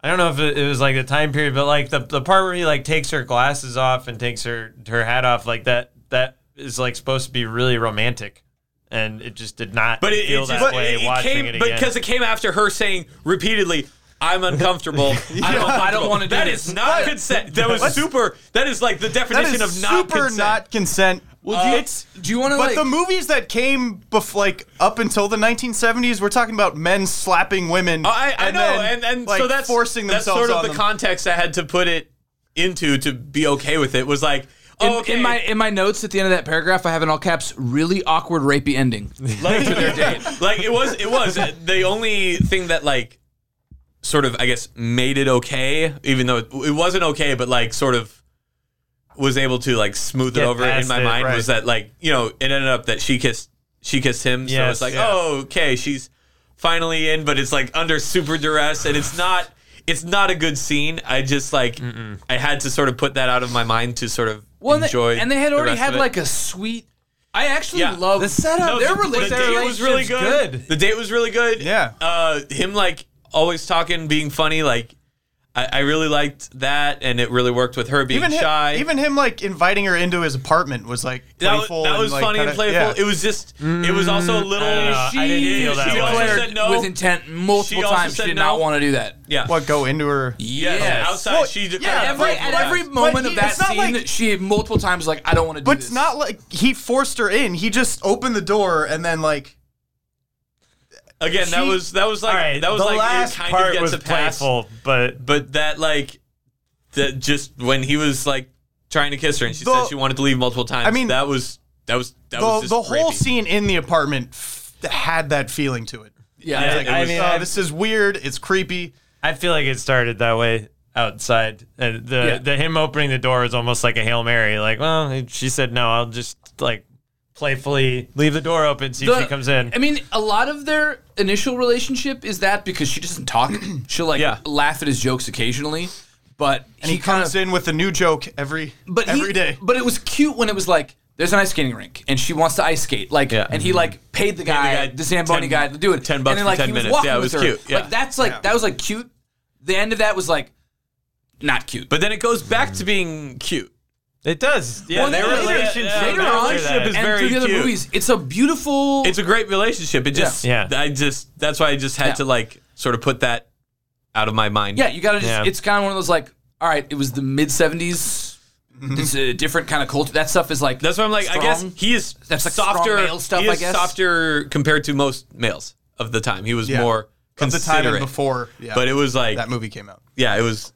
S1: i don't know if it, it was like the time period but like the, the part where he like takes her glasses off and takes her her hat off like that that is like supposed to be really romantic and it just did not
S3: But it,
S1: feel
S3: it
S1: that
S3: just, but
S1: way
S3: it- it
S1: watching
S3: came,
S1: it again.
S3: because it came after her saying repeatedly, "I'm uncomfortable. I don't, I don't want to do That is not consent. That was super. That is like the
S4: That
S3: definition
S4: is
S3: of not
S4: super
S3: consent.
S4: not consent.
S2: Well, do you,
S4: it's
S2: do you want to
S4: But
S2: like?
S4: the movies that came bef- like up until the 1970s, we're talking about men slapping women.
S3: Oh, I, I
S4: and
S3: know,
S4: then,
S3: and and
S4: like,
S3: so that's
S4: forcing
S3: that's
S4: themselves
S3: sort of
S4: on
S3: the
S4: them.
S3: context I had to put it into to be okay with it was like,
S2: in,
S3: oh, okay,
S2: in my in my notes at the end of that paragraph, I have in all caps really awkward rapey
S3: <laughs>
S2: ending.
S3: like to their date. Like it was, it was uh, the only thing that like sort of I guess made it okay, even though it, it wasn't okay, but like sort of was able to like smooth it
S1: Get
S3: over in
S1: past
S3: my
S1: it,
S3: mind
S4: right.
S3: was that like you know it ended up that she kissed she kissed him, so
S1: Yes,
S3: it's like
S1: yeah.
S3: oh okay she's finally in, but it's like under super duress and it's not. It's not a good scene. I just like I had to sort of put that out of my mind to sort of
S2: Well,
S3: enjoy.
S2: and they, and they had
S3: the
S2: already
S3: rest
S2: had
S3: of it.
S2: like a sweet. I actually
S3: Yeah.
S2: love
S1: The setup-
S2: Their
S1: the- the
S2: relationship
S3: the date was really good.
S1: good.
S3: The date was really good.
S4: Yeah.
S3: Uh, him like always talking, being funny. Like I, I really liked that, and it really worked with her being
S4: even
S3: shy.
S4: Him, even him like inviting her into his apartment was like
S3: that, wa-
S4: playful.
S3: that
S4: and,
S3: was
S4: like,
S3: funny and
S4: kinda-
S3: playful.
S4: yeah.
S3: It was just. It was also a little.
S1: Mm, I don't know.
S3: she,
S1: I didn't feel that
S3: she
S1: way.
S3: also
S2: declared
S3: said no.
S2: with intent multiple
S3: She also
S2: times. She
S3: said
S2: did not
S3: no.
S2: want to do that.
S3: yeah.
S4: what go into her.
S3: Yes.
S2: Yes.
S3: Outside,
S4: Well,
S3: she.
S4: yeah,
S2: Every,
S4: Right,
S2: at
S4: right.
S2: every
S4: But
S2: moment
S4: he-
S2: of that
S4: it's not
S2: scene,
S4: like-
S2: she multiple times like, I don't want to do
S4: But
S2: this.
S4: it's not like he forced her in. He just opened the door and then like
S3: Again, that
S4: She-
S3: was that was like
S1: all right
S3: that was
S1: the
S3: like
S1: last
S3: it kind
S1: part
S3: of gets
S1: was
S3: a pass.
S1: playful but
S3: but that like that just when he was like trying to kiss her and she
S4: The-
S3: said she wanted to leave multiple times.
S4: I mean,
S3: that was that was that
S4: the,
S3: was just
S4: the whole
S3: rapey.
S4: scene in the apartment f- had that feeling to it.
S2: Yeah,
S1: Yeah,
S2: it's like,
S4: Like, it
S1: I
S4: was,
S1: mean,
S4: oh,
S1: I-
S4: this is weird. It's creepy.
S1: I feel like it started that way outside. Uh, the
S2: Yeah.
S1: the him opening the door is almost like a hail mary. Like, well, she said no. I'll just like playfully leave the door open, see if
S2: the-
S1: she comes in.
S2: I mean, a lot of their initial relationship is that because she doesn't
S3: <clears throat>
S2: talk. She'll like
S3: Yeah.
S2: laugh at his jokes occasionally, but
S4: And he,
S2: kind
S4: comes
S2: of
S4: in with a new joke every
S2: but he-
S4: every day.
S2: But it was cute when it was like there's an ice skating rink and she wants to ice skate. Like and he like paid the guy,
S3: guy
S2: the, Zamboni
S3: 10
S2: guy to do it.
S3: 10 bucks
S2: and then,
S3: for
S2: like,
S3: 10
S2: he
S3: minutes.
S2: Was walking
S3: Yeah, it
S2: with
S3: was
S2: her.
S3: cute. Yeah.
S2: Like that's like that was like cute. The end of that was like not cute.
S3: But then it goes back to being cute.
S1: it does. Yeah,
S2: Well,
S1: their
S2: later-
S1: relationship,
S3: yeah,
S2: later
S1: their
S2: on,
S1: relationship
S3: is
S1: is
S2: and
S3: very
S2: through the other
S3: cute.
S2: movies, it's a beautiful.
S3: It's a great relationship. It just
S1: Yeah. Yeah.
S3: I just that's why I just had
S2: Yeah.
S3: to like sort of put that out of my mind.
S2: Yeah, you gotta just.
S1: Yeah.
S2: It's kind of one of those like, all right, it was the mid '70s.
S1: Mm-hmm.
S2: It's a different kind of culture. That stuff is like.
S3: That's why I'm like I guess
S2: strong.
S3: he is
S2: That's, like, strong
S3: softer
S2: male stuff,
S3: he is
S2: I guess.
S3: softer compared to most males of the time. He was
S4: Yeah.
S3: more
S4: Of the time and
S3: considerate.
S4: before, yeah,
S3: But it was like
S4: that movie came out.
S3: yeah, it was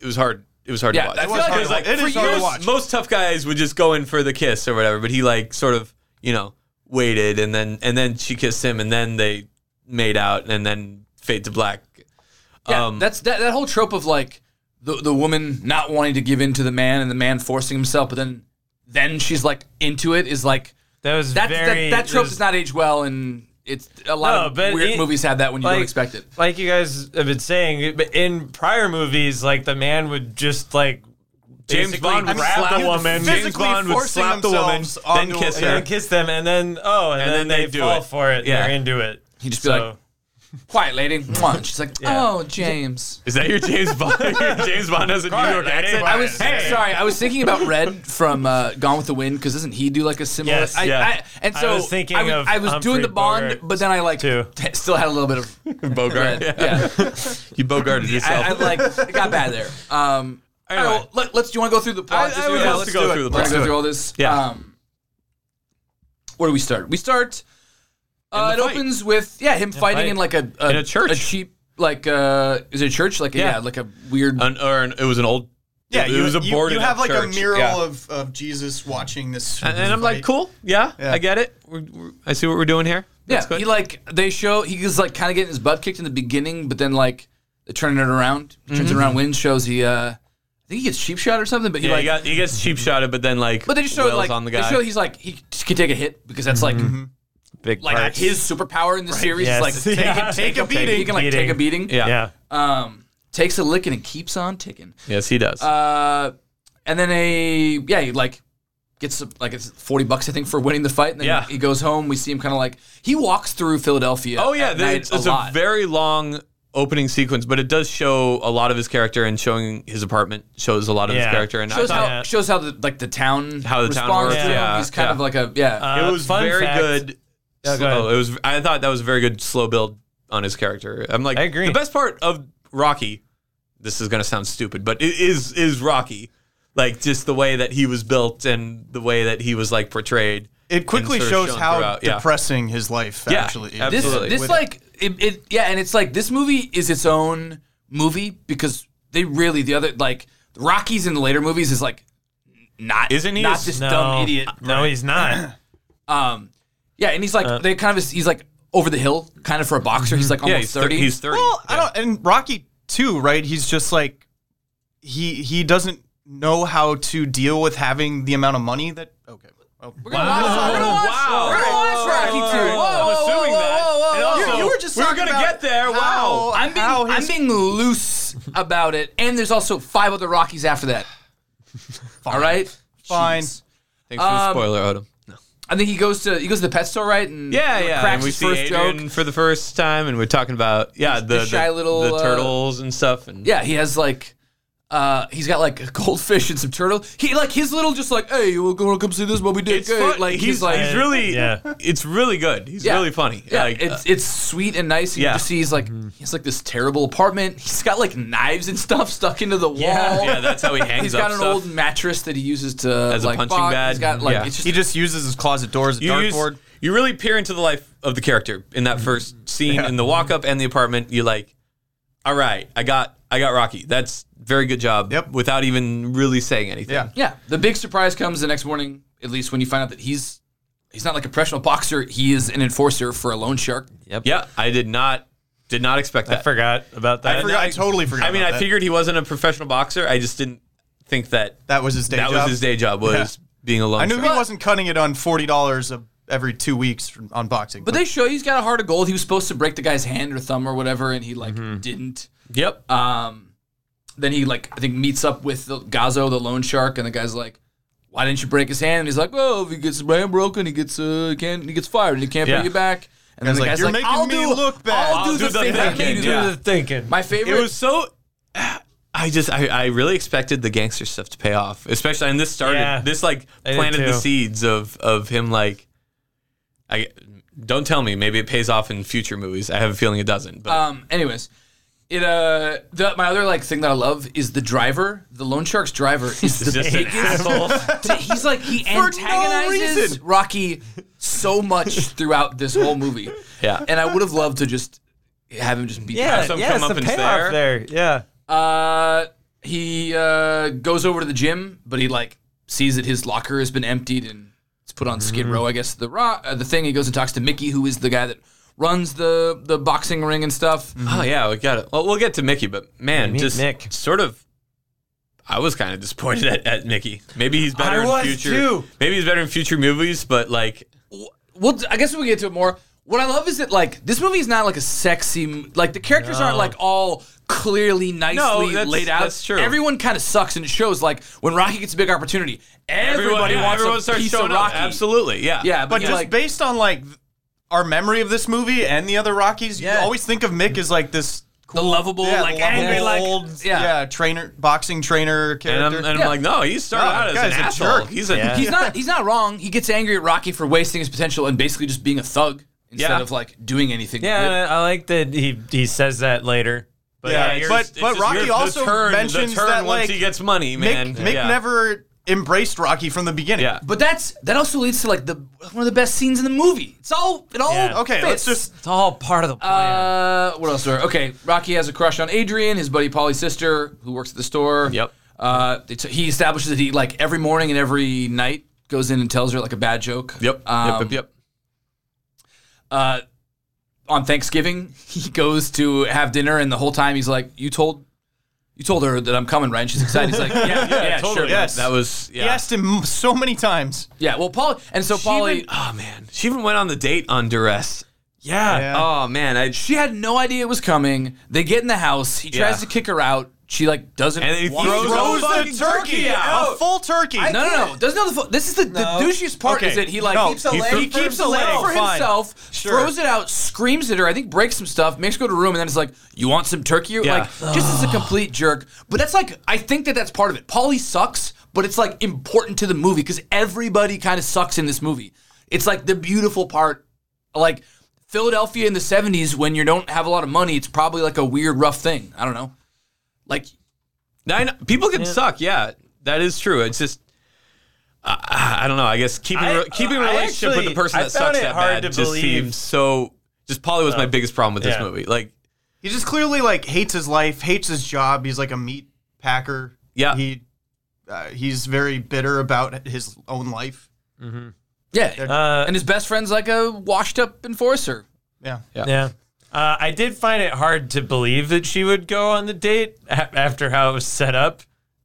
S3: it was hard. It was hard
S2: Yeah,
S3: to watch.
S2: I It feel was like hard it
S4: was to like- watch. It
S3: for
S4: is hard to
S3: years,
S4: watch.
S3: most tough guys would just go in for the kiss or whatever, but he like sort of you know waited and then and then she kissed him and then they made out and then fade to black.
S2: yeah,
S3: um,
S2: that's that, that whole trope of like the the woman not wanting to give in to the man and the man forcing himself, but then then she's like into it is like
S1: that was
S2: that
S1: very
S2: that, that
S1: it
S2: trope
S1: was-
S2: does not age well, and it's a lot
S1: No,
S2: of
S1: but
S2: weird
S1: it-
S2: movies have that when you don't expect it.
S1: Like you guys have been saying, it- but in prior movies, like the man would just like
S3: James
S1: basically
S3: Bond would
S1: grab
S2: slap
S1: the
S2: you
S1: woman,
S4: physically
S1: James Bond would
S4: forcing
S1: slap the woman,
S4: themselves
S1: then
S4: onto
S1: kiss
S4: a-
S1: her, and kiss them, and then oh, and, then, they,
S3: do
S1: fall
S3: it.
S1: for it.
S3: Yeah.
S1: Yeah. They're into it.
S2: He'd just be like, Quiet lady, Mwah. And
S1: <laughs>
S2: she's like, oh James.
S3: Is that your James Bond? your James Bond has a New York accent.
S2: I was
S1: Hey.
S2: sorry. I was thinking about Red from uh, Gone with the Wind because doesn't he do like a similar?
S1: Yes,
S2: I,
S1: yeah.
S2: I, and
S1: I
S2: so
S1: was thinking
S2: I was,
S1: of
S2: I was doing
S1: Humphrey
S2: the Bond,
S1: Bogart,
S2: but then I like
S1: too.
S2: t- <laughs> still had a little bit of
S3: Bogart. Yeah.
S2: yeah.
S3: You bogarted
S2: I,
S3: yourself.
S2: I like it got bad there. Um, all right,
S3: Anyway.
S2: well, let, us Do you want to go through the
S3: I-
S2: plot?
S3: I would
S2: yeah,
S3: love to go
S2: do it.
S3: through the
S2: Let's go
S3: plot. Let's do
S2: through all this.
S3: Yeah.
S2: Um, where do we start? We start. Uh,
S3: In
S2: it
S3: the fight.
S2: opens with yeah him fighting
S1: fight.
S2: in like a, a
S3: In a church.
S2: a cheap like uh is it a church like a, yeah.
S3: Yeah.
S2: like a weird
S3: An, or an, it was an old.
S4: Yeah,
S3: it,
S4: you,
S3: was a
S4: you-
S3: boarded
S4: You have like a
S3: church.
S4: mural
S3: Yeah.
S4: of, of Jesus watching this,
S3: And, and I'm like,
S4: fight.
S3: cool. Yeah,
S4: Yeah.
S3: I get it. We're, we're, I see what we're doing here.
S2: yeah
S3: That's good.
S2: he like they show he was like kind of getting his butt kicked in the beginning but then like they're turning it around He turns it around wins shows he uh I think think he gets cheap shot or something, but he
S3: Mm-hmm. Yeah,
S2: like
S3: he, got, he gets cheap shotted, but then like,
S2: But they just showed
S3: Will's
S2: like
S3: on the
S2: they
S3: guy. Mm-hmm.
S2: showed he's like he can take a hit because that's like
S1: Big
S2: like
S1: parts.
S2: his superpower in the series
S1: Yes.
S2: is like
S3: <laughs>
S2: take,
S1: Yeah.
S2: a, take a beating. He can like take a beating.
S3: yeah.
S1: yeah.
S2: Um, takes a licking and keeps on ticking.
S3: yes, he does.
S2: Uh, and then a yeah, he like gets like it's forty bucks I think for winning the fight. And then
S3: Yeah.
S2: he goes home. We see him kind of like he walks through Philadelphia.
S3: oh yeah,
S2: at
S3: the-
S2: night
S3: it's, it's
S2: a
S3: a,
S2: lot.
S3: very long opening sequence, but it does show a lot of his character and showing his apartment shows a lot of
S1: Yeah.
S3: his character. And
S2: shows
S3: I
S2: how
S3: thought
S1: Yeah.
S2: shows how the like the town
S3: How the town
S2: responds
S3: works,
S2: to him.
S3: yeah,
S2: He's kind
S3: yeah.
S2: of like a yeah.
S1: Uh,
S3: it was
S1: fun
S3: very
S1: fact-
S3: good.
S1: Yeah, go
S3: slow-
S1: ahead.
S3: It was. I thought that was a very good slow build on his character. I'm like,
S1: I agree.
S3: The best part of Rocky, this is gonna sound stupid, but it is is Rocky, like just the way that he was built and the way that he was like portrayed.
S4: It quickly
S3: and sort of
S4: shows
S3: shown
S4: how
S3: throughout, yeah.
S4: depressing his life
S3: Yeah,
S4: actually is.
S3: absolutely.
S2: this this like it, it yeah and it's like this movie is its own movie because they really the other like rockies in the later movies is like not
S3: Isn't he?
S2: not this
S1: no, Uh,
S2: dumb idiot
S1: No, he's not.
S2: um yeah and he's like they kind of he's like over the hill kind of for a boxer he's like almost
S3: Uh. Mm-hmm. Yeah,
S2: 30
S3: he's thirty. He's thirty.
S4: Well, I
S3: Yeah.
S4: don't. And Rocky too, right? He's just like he he doesn't know how to deal with having the amount of money that. Okay. Well,
S2: We're gonna watch- we're gonna watch-
S3: Oh, Wow.
S2: we're gonna watch Rocky
S3: Whoa,
S2: two.
S3: whoa, whoa, I'm assuming that. And also-
S4: you, you were just
S3: we were
S4: talking
S3: gonna
S4: about
S3: get there.
S4: how-
S3: Wow.
S2: I'm being,
S4: how his-
S2: I'm being loose about it and there's also five other rockies after that all right
S4: Fine.
S2: Jeez.
S3: Thanks for the
S2: um,
S3: spoiler, Odom.
S2: I think he goes to he goes to the pet store, right? And
S3: Yeah,
S2: you know,
S3: yeah.
S2: cracks
S3: And we
S2: his
S3: see
S2: first
S3: Adrian
S2: joke.
S3: for the first time, and we're talking about yeah the, the
S2: shy little,
S3: the
S2: uh,
S3: turtles and stuff. And
S2: Yeah, he has like uh he's got like a goldfish and some turtle. He like his little just like, hey, you gonna come see this what we did?
S3: It's
S2: Hey,
S3: fun-
S2: Like he's,
S3: he's-
S2: like
S3: he's really-
S1: Yeah.
S3: it's really good. He's
S2: Yeah.
S3: really funny.
S2: Yeah,
S3: Like, uh,
S2: it's it's sweet and nice. And
S3: yeah. Mm-hmm.
S2: You just see he's like he has like this terrible apartment. He's got like knives and stuff stuck into the wall.
S1: Yeah.
S3: yeah, that's <laughs> how he hangs
S2: He's
S3: up
S2: got an
S3: stuff.
S2: old mattress that he uses to
S3: As a
S2: like,
S3: punching
S2: box.
S3: bag.
S2: He's got like
S3: Yeah.
S2: it's just
S4: He just uses his closet door as a
S3: you, use-
S4: dartboard.
S3: you really peer into the life of the character in that first scene in the walk up and the apartment. You like, all right, I got I got Rocky. That's very good job.
S4: Yep.
S3: Without even really saying anything.
S4: Yeah.
S2: Yeah, the big surprise comes the next morning, at least when you find out that he's he's not like a professional boxer. He is an enforcer for a loan shark.
S3: Yeah. I did not did not expect that.
S1: I forgot about that.
S4: I forgot. I totally forgot.
S3: I mean,
S4: about
S3: I
S4: that.
S3: figured he wasn't a professional boxer. I just didn't think that
S4: that was his day
S3: that
S4: job.
S3: was his day job was being a loan
S4: I knew he
S3: shark.
S4: wasn't cutting it on forty dollars every two weeks from- on boxing.
S2: But they show he's got a heart of gold. He was supposed to break the guy's hand or thumb or whatever, and he like
S3: Mm-hmm.
S2: didn't.
S3: Yep.
S2: Um, then he like I think meets up with the, Gazo, the loan shark, and the guy's like, "Why didn't you break his hand?" And he's like, "Oh, if he gets his hand broken, he gets uh can he gets fired and he can't
S3: Yeah.
S2: pay you back." And
S4: Guy's
S2: then the
S4: like,
S2: guy's
S4: "You're
S2: like,
S4: making
S2: "I'll
S4: me
S2: do
S4: look bad.
S2: I'll do the thing I can do."
S3: yeah.
S1: thinking.
S2: My favorite.
S3: it was so i just I, I really expected the gangster stuff to pay off especially and this started
S1: Yeah.
S3: this like
S1: I did
S3: planted the
S1: too.
S3: seeds of of him like i don't tell me maybe it pays off in future movies i have a feeling it doesn't but
S2: Um. Anyways, it uh. The, my other like thing that I love is the driver. The loan shark's driver is the
S3: just
S2: <laughs>
S3: an asshole
S2: T- he's like he
S4: no
S2: antagonizes
S4: reason.
S2: Rocky so much throughout this whole movie.
S3: Yeah.
S2: And I would have loved to just have him just beat.
S1: yeah,
S3: some
S1: yeah,
S3: come
S1: it's
S3: up
S1: the
S3: and
S1: payoff
S3: stare.
S1: there. Yeah.
S2: Uh, he uh goes over to the gym, but he like sees that his locker has been emptied and it's put on Skid Row. I guess the ro- uh, the thing. He goes and talks to Mickey, who is the guy that runs the the boxing ring and stuff.
S3: oh yeah we got it well we'll get to mickey but man
S1: meet
S3: just
S1: Nick.
S3: sort of I was kind of disappointed at, at Mickey. Maybe he's better
S1: I
S3: in
S1: was
S3: future.
S1: too.
S3: Maybe he's better in future movies, but like,
S2: well, I guess we'll get to it more. What I love is that like this movie is not like a sexy m- like the characters aren't like all clearly nicely
S3: that's-
S2: laid out.
S3: that's true.
S2: Everyone kind of sucks, and it shows. Like when Rocky gets a big opportunity,
S3: everyone,
S2: everybody
S3: yeah,
S2: wants
S3: everyone
S2: a
S3: starts
S2: piece
S3: showing
S2: of Rocky.
S3: up. Absolutely, yeah,
S2: Yeah,
S4: but
S2: but,
S4: just
S2: like,
S4: based on like th- our memory of this movie and the other Rockies, you
S1: Yeah.
S4: always think of Mick as like this
S2: the lovable,
S4: yeah,
S2: like
S4: lovable
S2: angry, like
S4: old,
S2: yeah.
S4: yeah. trainer boxing trainer
S3: And I'm,
S4: character.
S3: and I'm
S2: Yeah.
S3: like, no, he started
S4: No,
S3: out as
S4: guy's
S3: an
S4: a
S3: asshole.
S4: jerk.
S3: He's a
S1: Yeah.
S2: <laughs> He's not. He's not wrong. He gets angry at Rocky for wasting his potential and basically just being a thug instead
S3: Yeah.
S2: of like doing anything.
S1: Yeah,
S2: with it.
S1: and I I like that he he says that later. But
S4: Yeah,
S1: you're-
S4: but- but Rocky
S3: your- the
S4: also
S3: turn- the
S4: mentions
S3: turn
S4: that,
S3: once
S4: like,
S3: he gets money, man.
S4: Mick, Mick
S3: Yeah.
S4: never embraced Rocky from the beginning.
S3: Yeah.
S2: But that's that also leads to like the one of the best scenes in the movie. It's all it all.
S1: Yeah.
S4: Okay,
S2: fits.
S4: let's just
S1: it's all part of the
S3: Oh,
S1: plan.
S2: Uh, what else? Are, okay, Rocky has a crush on Adrian, his buddy Polly's sister, who works at the store.
S3: Yep.
S2: Uh, it's- he establishes that he like every morning and every night goes in and tells her like a bad joke.
S3: Yep.
S2: Um,
S3: yep. Yep. Yep.
S2: Uh, <laughs> on Thanksgiving, he goes to have dinner, and the whole time he's like, "You told You told her that I'm coming, right? And she's excited.
S3: <laughs>
S2: He's like, yeah, yeah, yeah
S3: totally.
S2: sure.
S4: Yes.
S3: That was yeah.
S4: He asked him so many times.
S2: Yeah, well, Paul, and so
S3: She
S2: Polly,
S3: even- oh man, she even went on the date on duress.
S1: Yeah.
S4: Yeah.
S3: Oh man, I
S2: she had no idea it was coming. They get in the house. He tries to
S3: Yeah.
S2: kick her out. She like doesn't.
S3: And he
S2: want-
S3: throws
S4: Throws
S3: the
S4: the
S3: fucking
S4: turkey
S3: turkey
S4: out.
S3: out.
S4: A full turkey.
S2: No, no, no. Doesn't know the. Fo- this is the,
S1: No.
S2: the douchiest part.
S4: Okay.
S2: Is that he like
S4: No,
S1: keeps a
S4: he
S1: leg
S4: threw-
S2: he
S1: for
S2: keeps a leg for
S4: fine.
S2: himself,
S4: Sure.
S2: throws it out, screams at her. I think breaks some stuff, makes her go to her room, and then it's like, "You want some turkey?" Or
S3: Yeah.
S2: Like, just as a complete jerk. But that's like, I think that that's part of it. Paulie sucks, but it's like important to the movie because everybody kind of sucks in this movie. It's like the beautiful part, like Philadelphia in the '70s when you don't have a lot of money. It's probably like a weird, rough thing. I don't know. Like,
S3: Nine people can suck. Yeah, that is true. It's just. I I don't know. I guess keeping
S1: I-
S3: re- keeping a
S1: I
S3: relationship
S1: actually-
S3: with the person
S1: I
S3: that
S1: found
S3: sucks
S1: it
S3: that
S1: hard
S3: bad
S1: to
S3: just
S1: believe-
S3: seems so. Just Polly was my biggest problem with this
S1: Yeah.
S3: movie. Like,
S4: He just clearly like hates his life, hates his job. He's like a meat packer.
S3: Yeah.
S4: He uh, he's very bitter about his own life.
S2: yeah.
S1: Uh,
S2: And his best friend's like a washed-up enforcer.
S4: Yeah.
S1: yeah. Uh, I did find it hard to believe that she would go on the date a- after how it was set up.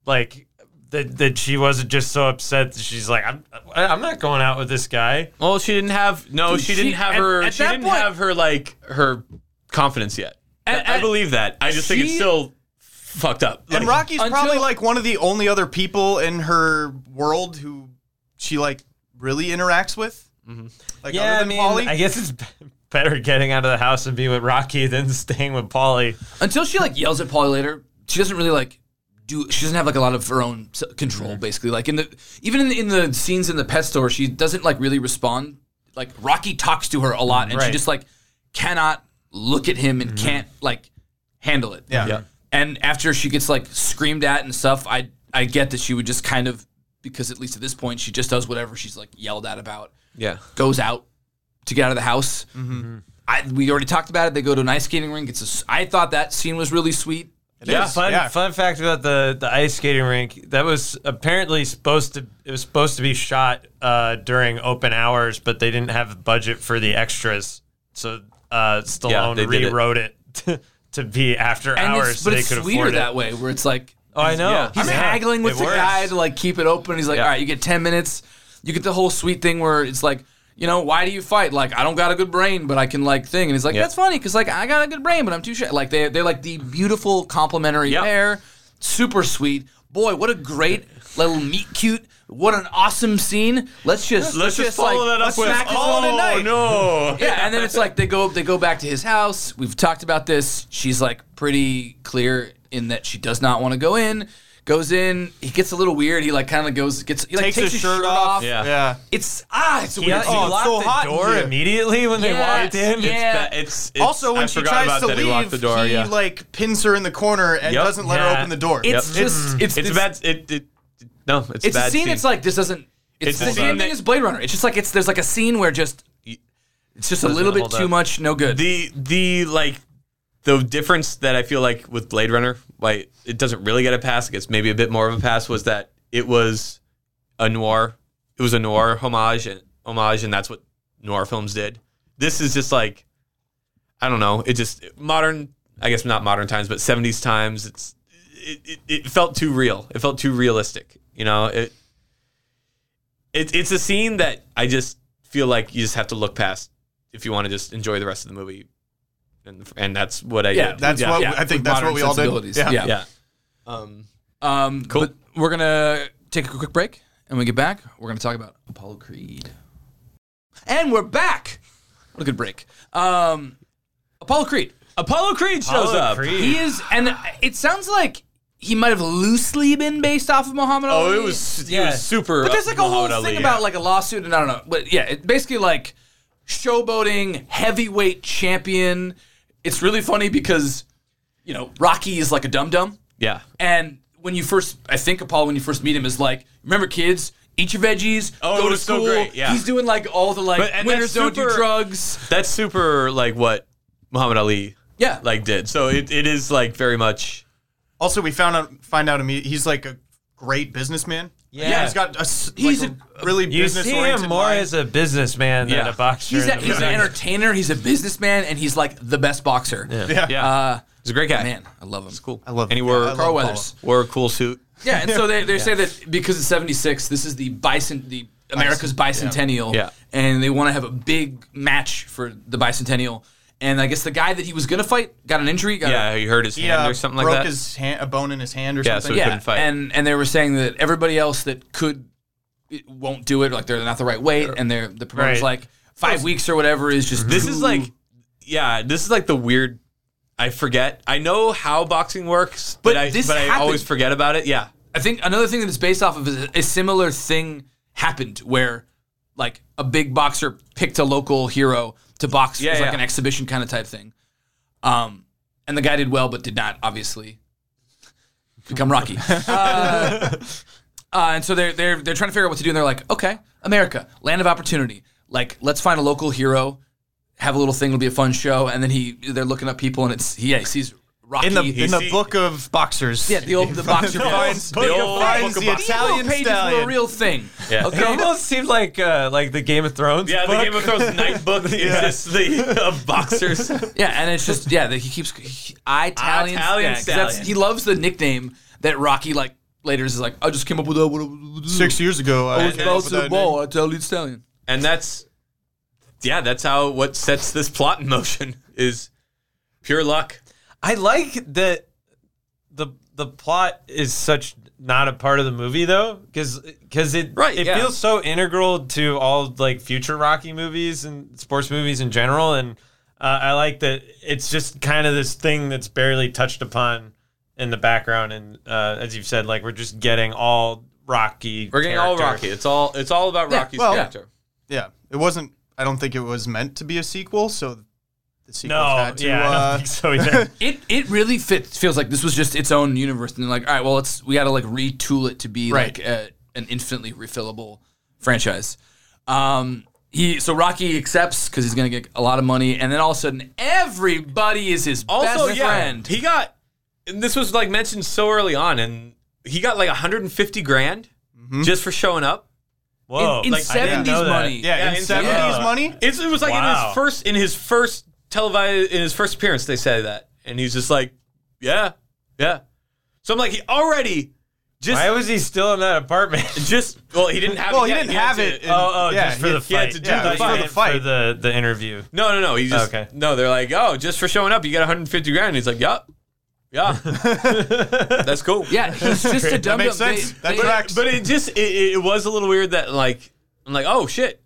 S1: Like, that, that she wasn't just so upset that she's like, I'm, I- I'm not going out with this guy.
S3: well, she didn't have no.
S2: Dude,
S3: she
S2: she-
S3: didn't have
S2: at-
S3: her.
S2: at
S3: she
S2: that
S3: didn't
S2: point-
S3: have her like her confidence yet.
S2: At-
S3: I, I
S2: at-
S3: believe that. I just think it's
S2: she-
S3: still fucked up.
S4: And
S3: Like,
S4: Rocky's probably
S2: until-
S4: like one of the only other people in her world who she like really interacts with. Like other than Polly.
S1: I guess it's <laughs> better getting out of the house and being with Rocky <laughs> than staying with Polly.
S2: until she like yells at Polly later. She doesn't really like do. She doesn't have like a lot of her own s- control. Basically, like in the even in the, in the scenes in the pet store, she doesn't like really respond. Like Rocky talks to her a lot, and she
S1: Right.
S2: just like cannot look at him and can't like handle it.
S4: Yeah. Yeah.
S2: And after she gets like screamed at and stuff, I I get that she would just kind of because at least at this point she just does whatever she's like yelled at about
S3: yeah.
S2: goes out to get out of the house.
S1: Mm-hmm.
S2: I, we already talked about it. They go to an ice skating rink. It's a s I thought that scene was really sweet.
S1: Yeah,
S4: is,
S1: fun
S4: yeah.
S1: fun fact about the the ice skating rink that was apparently supposed to it was supposed to be shot uh, during open hours, but they didn't have the budget for the extras, so uh, Stallone
S3: they did it.
S1: rewrote it <laughs> to, to be after
S2: And
S1: hours.
S2: it's,
S1: so
S2: but
S1: they
S2: it's
S1: could
S2: sweeter
S1: afford
S2: that
S1: It.
S2: way, where it's like
S1: Oh, I know.
S3: yeah.
S2: he's
S1: Yeah.
S2: haggling with
S1: It
S2: the
S1: works.
S2: guy to like keep it open. He's like,
S3: Yeah.
S2: all right, you get ten minutes. You get the whole sweet thing where it's like, you know, why do you fight? Like, I don't got a good brain, but I can like thing. And he's like,
S3: Yeah.
S2: that's funny because like I got a good brain, but I'm too shy. Like they they're like the beautiful complimentary
S3: Yeah.
S2: pair, super sweet. Boy, what a great little meet cute. What an awesome scene. Let's just
S3: Let's just follow
S2: like,
S3: that up
S2: let's
S3: with.
S2: smack this one at
S3: Oh
S2: night."
S3: no.
S1: <laughs>
S2: yeah, and then it's like they go they go back to his house. We've talked about this. She's like pretty clear in that she does not want to go in. Goes in, he gets a little weird. He like kind of goes gets he like takes, his, shirt, off.
S3: Yeah.
S4: yeah.
S2: It's ah, it's
S1: He,
S2: weird.
S1: he
S4: Oh, it's
S1: locked
S4: so hot
S1: the
S4: in
S1: door
S4: here.
S1: immediately when they
S2: Yeah.
S1: walked in.
S2: Yeah.
S3: It's, ba- it's, it's
S4: Also, when
S3: I
S4: she
S3: forgot
S4: tries
S3: about
S4: to
S3: that
S4: leave,
S3: he locked the door.
S4: he
S3: yeah.
S4: like pins her in the corner and
S3: Yep.
S4: doesn't let her
S1: Yeah.
S4: open the door.
S2: It's
S3: Yep.
S2: just it's
S3: it's a
S2: this-
S3: bad. It, it, no, it's,
S2: It's
S3: a bad
S2: a scene, that's like this doesn't. It's,
S3: It's a
S2: the same
S3: scene
S2: thing
S3: that-
S2: as Blade Runner. It's just like it's there's like a scene where just it's just a little bit
S1: hold
S2: too
S1: up.
S2: much, no good.
S3: the the like the difference that I feel like with Blade Runner, why it doesn't really get a pass, it gets maybe a bit more of a pass, was that it was a noir, it was a noir homage and homage, and that's what noir films did. This is just like, I don't know, it just modern, I guess not modern times, but seventies times. It's it, it, it felt too real. It felt too realistic. You know, it, it it's a scene that I just feel like you just have to look past if you want to just enjoy the rest of the movie. And, and that's what I
S2: Yeah,
S3: did.
S4: that's what
S2: yeah,
S4: I think
S2: with
S4: that's
S2: modern
S4: what we all did.
S2: sensibilities. Yeah.
S3: yeah. Um,
S2: Um,
S3: Cool.
S2: But we're gonna take a quick break, and when we get back, we're gonna talk about Apollo Creed. And we're back. What a good break. Um, Apollo Creed.
S3: Apollo Creed shows
S1: Apollo
S3: up.
S1: Creed.
S2: He is, and it sounds like he might have loosely been based off of Muhammad Ali.
S3: Oh, it was it
S1: Yeah.
S3: was super.
S2: But there's like a
S3: Muhammad
S2: whole thing
S3: Ali,
S2: about like a lawsuit, and I don't know. But yeah, it basically like showboating heavyweight champion. It's really funny because you know Rocky is like a dum dum.
S3: yeah. yeah.
S2: And when you first, I think Apollo, when you first meet him, is like, remember, kids, eat your veggies,
S3: Oh,
S2: go
S3: it
S2: to
S3: was so
S2: school.
S3: great, yeah.
S2: He's doing like all the like
S3: But- and
S2: winners
S3: that's
S2: don't do
S3: super-
S2: drugs.
S3: That's super like what Muhammad Ali
S2: Yeah,
S3: like did. So it, it is like very much
S4: Also, we found out find out imme- he's like a great businessman.
S1: Yeah.
S4: he's got a s-
S2: He's
S4: like a really
S1: You
S4: business
S1: see him more
S4: mind.
S1: as a businessman than
S3: Yeah.
S1: a boxer.
S2: he's,
S1: in
S2: a,
S1: the
S2: he's an
S1: movie.
S2: entertainer, he's a businessman, and he's like the best boxer.
S4: yeah.
S3: yeah.
S2: Uh,
S3: He's a great guy.
S2: Man, I love him. It's cool.
S4: I love
S3: And he
S4: it.
S3: wore
S4: Yeah, I
S2: Carl
S4: love
S2: Weathers.
S3: wore a cool suit.
S2: Yeah, and so they,
S3: <laughs>
S2: they say that because it's 76, this is the bison, the America's bicentennial,
S3: Yeah.
S2: and they want to have a big match for the bicentennial. And I guess the guy that he was gonna fight got an injury. Got
S3: Yeah,
S2: a,
S3: he hurt his
S4: He
S3: hand
S4: uh,
S3: or something like
S4: broke
S3: that.
S4: his hand, a bone in his hand or
S3: Yeah, so
S4: something.
S3: he
S2: yeah.
S3: couldn't fight.
S2: And and they were saying that everybody else that could it won't do it, like they're not the right weight, and they're the promoter's
S4: Right.
S2: like five weeks or whatever is just
S3: this
S2: too-
S3: is like, yeah, this is like the weird. I forget. I know how boxing works, but,
S2: But
S3: I
S2: this
S3: but I
S2: happened-
S3: always forget about it. Yeah,
S2: I think another thing that it's based off of is a, a similar thing happened where like a big boxer picked a local hero to box
S3: Yeah,
S2: as like
S3: yeah.
S2: an exhibition kind of type thing. Um, and the guy did well, but did not obviously become Rocky.
S4: <laughs>
S2: Uh, uh, and so they're they're they're trying to figure out what to do, and they're like, okay, America, land of opportunity. Like, let's find a local hero, have a little thing. It'll be a fun show. And then he they're looking up people, and it's yeah, he sees Rocky
S4: in the in the
S3: see-
S4: book of boxers.
S2: Yeah, the old- the
S4: <laughs>
S2: boxer
S4: book
S3: <laughs>
S2: finds-
S3: the
S4: of
S3: old
S4: finds
S3: book of
S4: the
S3: boxers.
S4: Italian
S2: Yellow pages were a
S4: stallion.
S2: real thing.
S1: <laughs>
S3: Yeah.
S1: It
S2: <laughs>
S1: almost seemed like uh, like the Game of Thrones.
S3: yeah.
S1: book.
S3: The Game of Thrones night <laughs> book is just the uh, of boxers.
S2: Yeah, and it's just yeah, that he keeps he, Italian.
S3: Italian
S2: yeah, 'cause
S3: stallion.
S2: he loves the nickname that Rocky like later is like. I just came up with that
S4: Six years ago, I
S2: years
S4: came
S2: ago.
S4: up with
S2: to the
S4: that
S2: ball, Italian stallion.
S3: and that's yeah, that's how what sets this plot in motion <laughs> is pure luck.
S1: I like that the the plot is such not a part of the movie though because it
S3: Right,
S1: it
S3: yeah.
S1: feels so integral to all like future Rocky movies and sports movies in general and uh, I like that it's just kind of this thing that's barely touched upon in the background and uh, as you've said like we're just getting all Rocky
S3: We're getting all
S1: character.
S3: Rocky. It's all it's all about
S2: Yeah,
S3: Rocky's
S4: well-
S3: character.
S4: Yeah, it wasn't. I don't think it was meant to be a sequel, so the sequel
S1: no
S4: had to.
S1: yeah I
S4: uh,
S1: don't think so either
S2: It it really fits. Feels like this was just its own universe, and they're like, all right, well, let's we got to like retool it to be like a, an infinitely refillable franchise. Um, he so Rocky accepts because he's gonna get a lot of money, and then all of a sudden everybody is his
S3: Also,
S2: best
S3: yeah,
S2: friend.
S3: he got and this was like mentioned so early on, and he got like 150 grand just for showing up.
S1: whoa
S2: in
S1: like, I didn't know
S2: 70s
S1: that.
S2: money.
S4: yeah,
S3: Yeah,
S4: in
S3: in-
S4: seventies
S1: yeah.
S4: money.
S3: It's, it was like in
S1: Wow.
S3: his first in his first televised in his first appearance they say that, and he's just like, yeah, yeah. So I'm like, he already just
S1: why was he still in that apartment
S3: <laughs> just well, he didn't have
S4: Well,
S3: it
S4: he
S3: yet.
S4: didn't
S3: had
S4: have
S3: to-
S4: it. in-
S1: Oh, oh,
S4: yeah,
S1: just for
S4: he-
S1: the
S3: he had
S1: fight.
S3: to do
S1: yeah,
S3: the
S1: I thought
S3: fight.
S1: you meant
S4: For the
S1: For
S4: fight.
S1: the, the interview.
S3: No, no, no. He just
S1: Okay.
S3: no. They're like, oh, just for showing up, you get 150 grand. He's like, yup,
S4: <laughs>
S3: yeah, that's cool.
S2: yeah, he's just a dumb.
S4: makes
S2: dumb. They-
S4: sense. That
S2: they-
S4: tracks.
S3: but it just it, it it was a little weird that like I'm like, oh shit,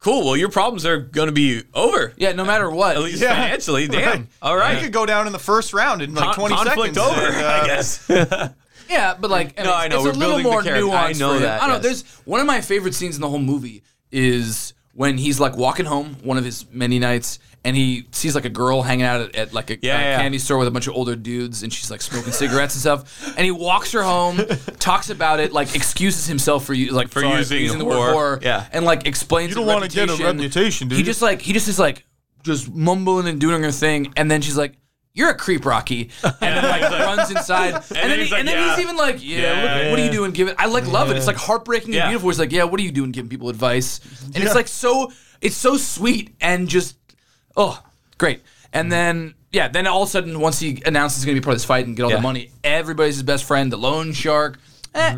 S3: cool. Well, your problems are gonna be over.
S2: Yeah, no matter what.
S3: At least
S4: Yeah.
S3: financially, damn.
S4: <laughs> Right.
S3: All
S4: I
S3: right,
S4: could go down in the first round in like
S3: Con-
S4: twenty
S3: conflict
S4: seconds.
S3: over,
S4: and, uh,
S3: I guess.
S2: Yeah, but like,
S3: No,
S2: it's,
S3: I know,
S2: It's
S3: we're
S2: a little
S3: building the
S2: more
S3: character.
S2: nuanced.
S3: I know
S2: for him.
S3: that,
S2: I don't know.
S3: yes.
S2: There's one of my favorite scenes in the whole movie is when he's like walking home one of his many nights, and he sees like a girl hanging out at, at like a,
S3: Yeah,
S2: a
S3: yeah, yeah.
S2: candy store with a bunch of older dudes, and she's like smoking cigarettes and stuff. And he walks her home, talks about it, like excuses himself for you, like
S3: For
S2: sorry,
S3: using
S2: the word
S3: whore.
S2: whore,
S3: Yeah.
S2: and like explains
S4: You don't
S2: want
S4: wanna
S2: to
S4: get a reputation, do
S2: He
S4: you?
S2: just like he just is like just mumbling and doing her thing, and then she's like. You're a creep, Rocky, and then
S3: <laughs>
S2: like runs inside, and,
S3: then
S2: then,
S3: he's
S2: he,
S3: like,
S2: and then
S3: "Yeah."
S2: he's even like, yeah,
S3: Yeah,
S2: what-
S3: yeah,
S2: what are you doing? Giving I like love it. It's like heartbreaking
S3: Yeah.
S2: and beautiful. It's like, yeah, what are you doing? Giving people advice, and it's like so, it's so sweet and just, oh, great.
S3: Mm.
S2: And then yeah, then all of a sudden, once he announces he's gonna be part of this fight and get all
S3: Yeah.
S2: the money, everybody's his best friend, the loan shark. Eh,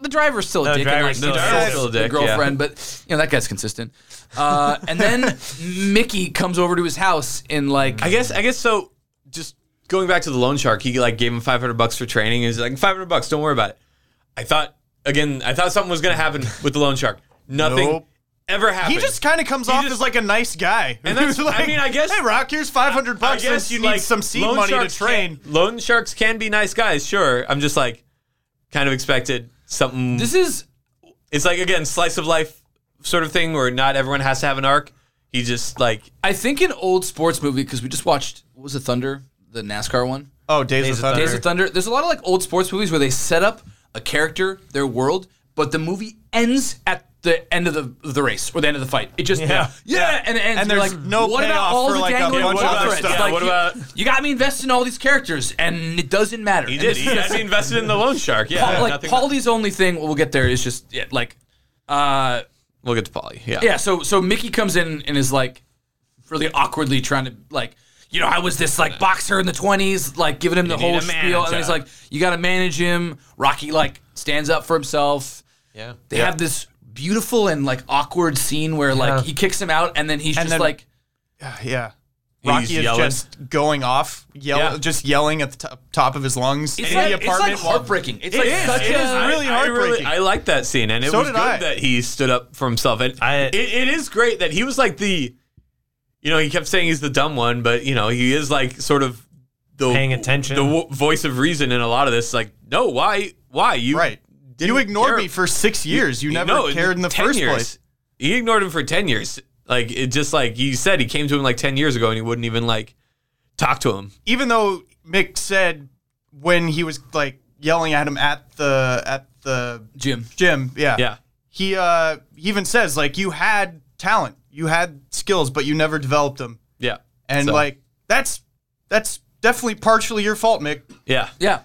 S2: The driver's still a
S1: No,
S2: dick, and, like,
S1: driver's still
S2: the
S1: a dick.
S2: girlfriend-
S3: Mm-hmm. Still a
S2: the
S3: dick, yeah.
S2: girlfriend, but you know that guy's consistent. Uh, and
S3: <laughs>
S2: then Mickey comes over to his house in like
S3: I guess I guess so. Just going back to the loan shark, he like gave him five hundred bucks for training. He's like five hundred bucks. Don't worry about it. I thought again. I thought something was gonna happen with the loan shark. Nothing
S4: Nope.
S3: ever happened.
S4: He just kind of comes off
S3: just-
S4: as like a nice guy.
S3: And
S4: <laughs>
S3: that's-
S4: Like,
S3: I mean, I guess-
S4: Hey, Rock, here's five hundred
S3: I
S4: bucks since you need
S3: like,
S4: some seed
S3: loan
S4: money to
S3: sharks
S4: train.
S3: Can, loan sharks can be nice guys, sure. I'm just like kind of expected something.
S2: this is
S3: it's like again slice of life sort of thing where not everyone has to have an arc. He just like
S2: I think an old sports movie because we just watched what was the Thunder, the NASCAR one,
S4: Oh, Days,
S1: Days
S4: of
S1: of
S4: Thunder.
S2: Days of Thunder. There's a lot of like old sports movies where they set up a character, their world, but the movie ends at the end of the the race or the end of the fight. It just
S1: Yeah.
S2: yeah, and it ends.
S4: And
S2: you're
S4: there's
S2: like,
S4: no
S2: what
S4: payoff
S2: about all
S4: for,
S2: the
S4: like, a
S2: dangling
S4: bunch
S3: of other
S2: wall threads?
S3: stuff.
S2: Like,
S3: What
S2: you-
S3: about-
S2: you got me invested in all these characters, and it doesn't matter.
S3: he
S2: And
S3: did.
S2: this
S3: He
S2: is the
S3: had me invested in the loan shark. Yeah,
S2: Paul, like
S3: nothing-
S2: Paulie's only thing we'll get there is just yeah, like uh
S3: We'll get to Polly. Yeah.
S2: yeah so so Mickey comes in and is like really awkwardly trying to like you know, I was this like boxer in the twenties, like giving him the
S3: need
S2: whole
S3: a
S2: spiel, and
S3: manager.
S2: he's like, you got to manage him. Rocky like stands up for himself.
S1: Yeah.
S2: They have this beautiful and like awkward scene where like
S1: Yeah.
S2: he kicks him out, and then he's
S4: And
S2: just
S4: then-
S2: like,
S4: <sighs> Yeah. Rocky is
S3: yelling.
S4: just going off, yell,
S3: Yeah.
S4: just yelling at the top, top of his lungs
S2: it's
S4: in
S2: like,
S4: the
S2: it's like
S4: apartment. while-
S2: heartbreaking. It's
S4: It
S2: like
S4: is.
S2: such
S4: It
S2: a
S4: is really
S3: I- I
S4: heartbreaking.
S3: I like that scene, and it
S4: So
S3: was
S4: did
S3: good
S4: I.
S3: that he stood up for himself. And
S1: I-
S3: it, it is great that he was like the, you know, he kept saying he's the dumb one, but you know, he is like sort of the
S1: Paying attention.
S3: the w- voice of reason in a lot of this. Like, no, why, why you
S4: right.
S3: didn't
S4: You ignored
S3: care-
S4: me for six years. You, never
S3: no,
S4: cared in the
S3: 10
S4: first
S3: years.
S4: place.
S3: He ignored him for ten years. Like it just like you said, he came to him like ten years ago, and he wouldn't even like talk to him.
S4: Even though Mick said when he was like yelling at him at the at the
S2: Jim.
S4: gym, yeah,
S3: Yeah.
S4: he uh he even says like you had talent, you had skills, but you never developed them,
S3: Yeah,
S4: and
S3: So,
S4: like that's that's definitely partially your fault, Mick.
S3: yeah,
S2: Yeah.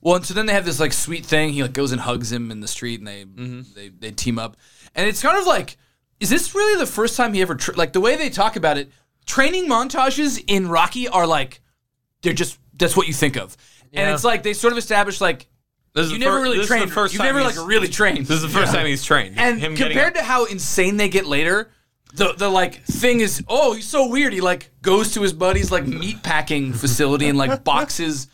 S2: Well, and so then they have this like sweet thing. He like goes and hugs him in the street, and they
S3: Mm-hmm.
S2: they they team up, and it's kind of like, is this really the first time he ever tra- like the way they talk about it? Training montages in Rocky are like, they're just that's what you think of, and
S1: Yeah.
S2: it's like they sort of establish like
S3: This is
S2: you
S3: the
S2: never
S3: fir-
S2: really
S3: this is the
S2: trained,
S3: first
S2: you
S3: time
S2: never like
S3: he's-
S2: really trained,
S3: This is the first time he's trained.
S2: and
S3: Him getting
S2: compared to how insane they get later. The, the like thing is oh he's so weird he like goes to his buddy's like meat packing facility and like boxes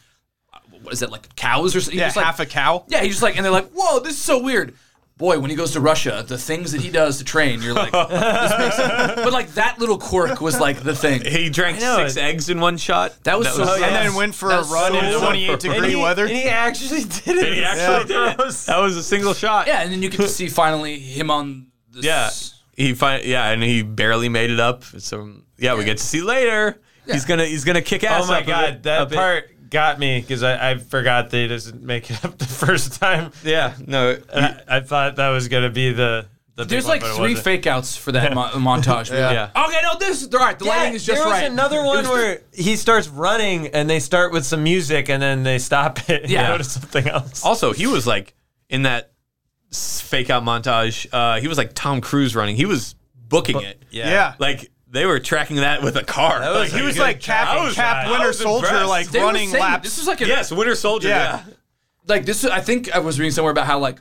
S2: what is that like cows or something He
S4: Yeah,
S2: just, like,
S4: half a cow.
S2: yeah, he's just like, and they're like, whoa, this is so weird. Boy, when he goes to Russia, the things that he does to train, you're like, this makes sense. but like that little quirk was like the thing.
S3: He drank
S1: know,
S3: six
S1: it-
S3: eggs in one shot.
S2: That was so
S4: And
S2: yeah.
S4: then went for
S2: That's
S4: a run
S2: so
S4: in
S3: rough.
S1: <laughs>
S4: 28
S3: And
S4: degree weather.
S1: And he actually did it.
S3: And he actually
S1: Yeah.
S3: did it. Oh That was a single shot.
S2: Yeah, and then you get to see finally him on this.
S3: Yeah. He fin- yeah, and he barely made it up. So yeah, we get to see later. He's gonna he's gonna kick ass.
S1: Oh my
S3: up a
S1: god,
S3: bit- a
S1: that
S3: bit.
S1: part got me because I, I forgot they doesn't make it up the <laughs> first time.
S3: Yeah, no,
S1: I, I thought that was gonna be the. the big
S2: There's
S1: one,
S2: like
S1: but it
S2: three
S1: wasn't.
S2: fake outs for that
S4: <laughs>
S2: mo- montage. yeah.
S3: Yeah.
S2: <laughs> Okay, no, this is all right. The lighting is just
S1: there
S2: right.
S1: was another
S2: It
S1: one
S2: was-
S1: where he starts running and they start with some music and then they stop it <laughs> and
S2: Yeah.
S1: go to something else.
S3: Also, he was like in that s- fake out montage. Uh, he was like Tom Cruise running. He was booking it.
S4: Yeah.
S3: like they were tracking that with a car.
S1: was
S3: Like,
S1: a
S4: He was
S1: good
S4: like
S1: job. I
S4: Cap,
S1: was-
S4: Cap
S1: I
S4: Winter
S1: was
S4: Soldier,
S1: impressed.
S4: like
S2: they were
S4: running
S2: saying-
S4: laps.
S2: This was like a,
S3: yes, Winter Soldier.
S4: Yeah.
S3: Yeah,
S2: like this I think I was reading somewhere about how like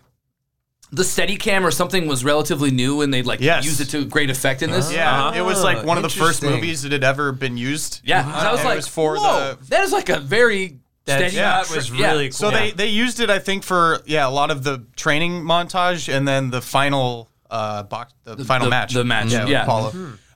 S2: the steady cam or something was relatively new and they like
S4: Yes. Uh-huh.
S2: used it to great effect in this.
S4: Yeah, it was like one of the first
S1: interesting.
S4: movies that had ever been used.
S2: Yeah, 'cause I was
S4: And it
S2: like,
S4: was for
S2: whoa,
S4: the-
S2: that is like a very
S1: That
S2: steady.
S4: yeah,
S2: shot.
S1: was
S2: Yeah.
S1: really cool.
S4: So they, they used it, I think, for yeah a lot of the training montage and then the final uh box, the, final
S2: the-
S4: match,
S2: the match,
S4: with
S2: yeah.
S4: Apollo.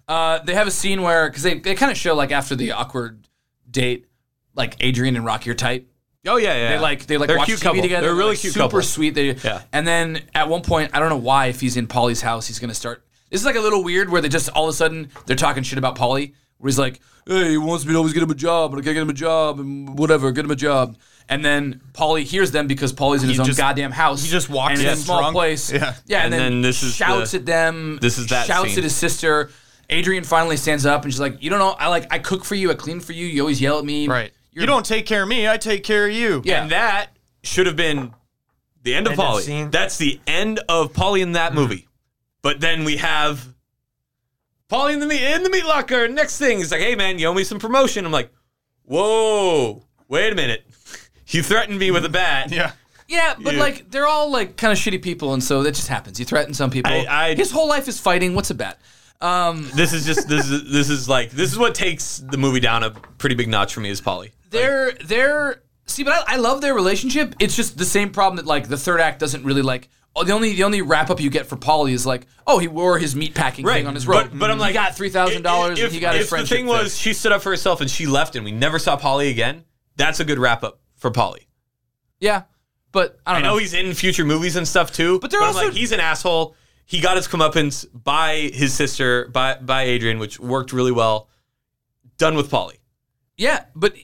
S2: Uh, they have a scene where because they, they kind of show like after the awkward date, like Adrian and Rocky are tight.
S3: Oh yeah, yeah.
S2: They like they like
S3: They're a
S2: watch
S3: cute
S2: TV
S3: couple.
S2: together.
S3: They're a really
S2: like,
S3: cute
S2: super
S3: couple.
S2: sweet. They
S3: Yeah.
S2: And then at one point, I don't know why, if he's in Polly's house, he's gonna start. This is like a little weird where they just all of a sudden they're talking shit about Polly, where he's like, "Hey, he wants me to always get him a job, and I can't get him a job, and whatever, get him a job." And then Polly hears them because Polly's in his own
S4: just-
S2: goddamn house.
S4: he just walks
S2: and it's
S4: in
S2: a small
S4: drunk.
S2: place.
S4: Yeah.
S2: yeah. And,
S3: And
S2: then,
S3: then this is
S2: shouts
S3: the-
S2: at them.
S3: this is that
S2: shouts
S3: scene.
S2: at his sister. Adrian finally stands up and she's like, "You don't know. I like I cook for you. I clean for you. You always yell at me.
S4: Right.
S2: You're,
S4: you don't take care of me, I take care of you.
S2: Yeah.
S3: And that should have been the end of
S1: End of
S3: Polly.
S1: scene.
S3: That's the end of Polly in that movie. But then we have Polly in the meat in the meat locker. Next thing, he's like, "Hey man, you owe me some promotion." I'm like, "Whoa, wait a minute! <laughs> You threatened me with a bat."
S4: Yeah.
S2: Yeah, but
S3: Yeah.
S2: like they're all like kind of shitty people, and so that just happens. You threaten some people.
S3: I- I-
S2: His whole life is fighting. What's a bet? Um,
S3: This is just this is this is like this is what takes the movie down a pretty big notch for me is Polly.
S2: they're they're see, but I, I love their relationship. It's just the same problem that like the third act doesn't really like. Oh, the only the only wrap up you get for Polly is like, oh, he wore his meat packing thing
S3: Right,
S2: on his robe.
S3: But, but I'm like,
S2: he got three thousand dollars.
S3: If,
S2: and He got
S3: if
S2: his friendship.
S3: the thing was she stood up for herself and she left, and we never saw Polly again. That's a good wrap up for Polly.
S2: yeah, but I
S3: I
S2: don't
S3: know
S2: know.
S3: he's in future movies and stuff too. Uh-huh. But
S2: they're
S3: I'm
S2: also-
S3: like, he's an asshole. He got his comeuppance by his sister, by by Adrian, which worked really well. Done with Polly.
S2: Yeah, but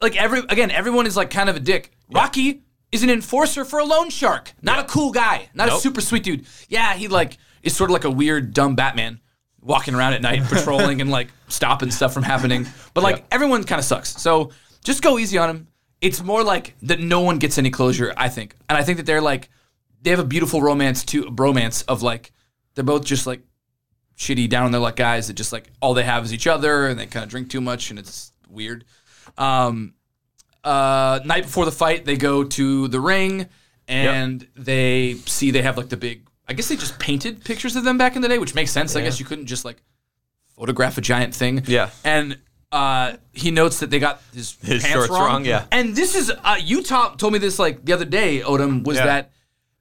S2: like every again, everyone is like kind of a dick. Rocky is an enforcer for a loan shark, not a cool guy, not a
S3: Nope.
S2: super sweet dude. Yeah, he like is sort of like a weird dumb Batman walking around at night patrolling and like stopping stuff from happening. But like everyone kind of sucks. So just go easy on him. It's more like that no one gets any closure, I think. And I think that they're like they have a beautiful romance too bromance of like they're both just like shitty down on their luck guys that just like all they have is each other and they kind of drink too much and it's weird. Um, uh, night before the fight, they go to the ring and they see they have like the big. I guess they just painted pictures of them back in the day, which makes sense. I guess you couldn't just like photograph a giant thing.
S3: Yeah.
S2: And uh, he notes that they got his,
S3: His
S2: pants
S3: shorts
S2: wrong.
S3: wrong, yeah.
S2: And this is uh, you ta- told me this like the other day. Odom was
S4: Yeah.
S2: that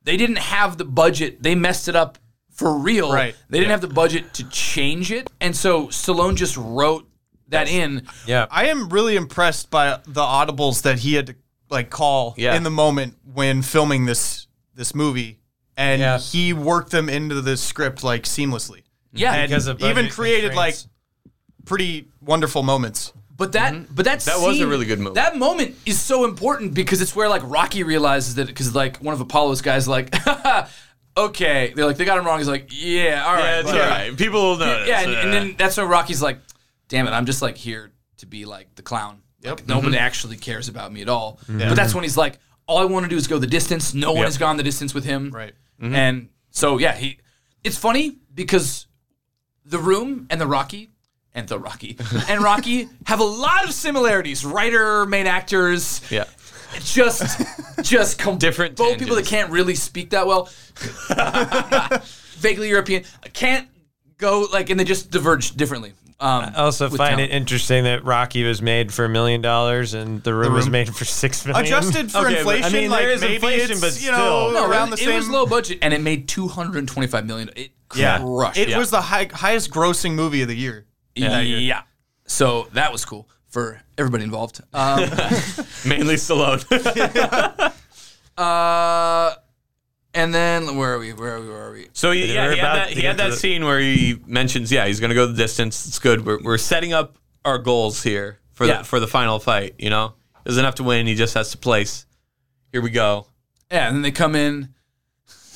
S2: they didn't have the budget. They messed it up for real.
S4: Right.
S2: They didn't have the budget to change it, and so Stallone just wrote that in.
S1: Yeah.
S4: I am really impressed by the audibles that he had to like call
S3: Yeah.
S4: in the moment when filming this this movie, and
S1: Yeah.
S4: he worked them into the script like seamlessly.
S2: Yeah.
S4: And
S1: Because of
S4: even
S1: budget
S4: created like
S1: constraints.
S4: pretty wonderful moments.
S2: But that, but that,
S3: That was a
S2: scene-
S3: really good move.
S2: That moment is so important because it's where like Rocky realizes that because like one of Apollo's guys like, <laughs> okay, they're like they got him wrong. He's like, yeah, all right,
S3: That's
S2: but-
S3: all right. People will notice.
S2: yeah, and, and then that's when Rocky's like, damn it, I'm just like here to be like the clown. Like, nobody actually cares about me at all. But that's when he's like, all I want to do is go the distance. No one
S3: Yep.
S2: has gone the distance with him. Mm-hmm.
S4: Right.
S2: And so yeah, he. It's funny because the room and the Rocky and the Rocky and Rocky have a lot of similarities. Writer, main actors.
S3: yeah.
S2: Just, just com-
S3: Different
S2: Both people that
S3: tangents.
S2: can't really speak that
S3: <laughs>
S2: well, vaguely European, can't go like, and they just diverge differently. Um,
S1: I also
S2: with
S1: find
S2: talent.
S1: it interesting that Rocky was made for a million dollars and the room, was
S4: Room.
S1: made for six million.
S4: Adjusted for
S1: Okay, but-
S4: inflation,
S1: I mean,
S4: like
S1: there is
S4: maybe
S1: inflation,
S4: it's,
S1: but
S4: you know,
S1: still.
S2: No,
S4: around
S2: it,
S4: the
S2: it
S4: same.
S2: was low budget, and it made two hundred and twenty-five million. It
S4: Yeah.
S2: crushed.
S4: It
S3: Yeah.
S4: was the high, highest grossing movie of the year.
S2: Yeah. So that was cool for everybody involved. Um,
S3: Mainly Stallone.
S2: uh, and then where are we? Where are we? Where are we?
S3: <laughs> So he,
S1: They
S3: yeah,
S1: were
S3: he
S1: about
S3: had that,
S1: to
S3: he
S1: get
S3: had
S1: to
S3: that
S1: the-
S3: scene where he mentions, yeah, he's going to go the distance. It's good. We're, we're setting up our goals here for
S2: Yeah.
S3: the, for the final fight. You know, doesn't have to win. He just has to place. Here we go.
S2: Yeah, and then they come in.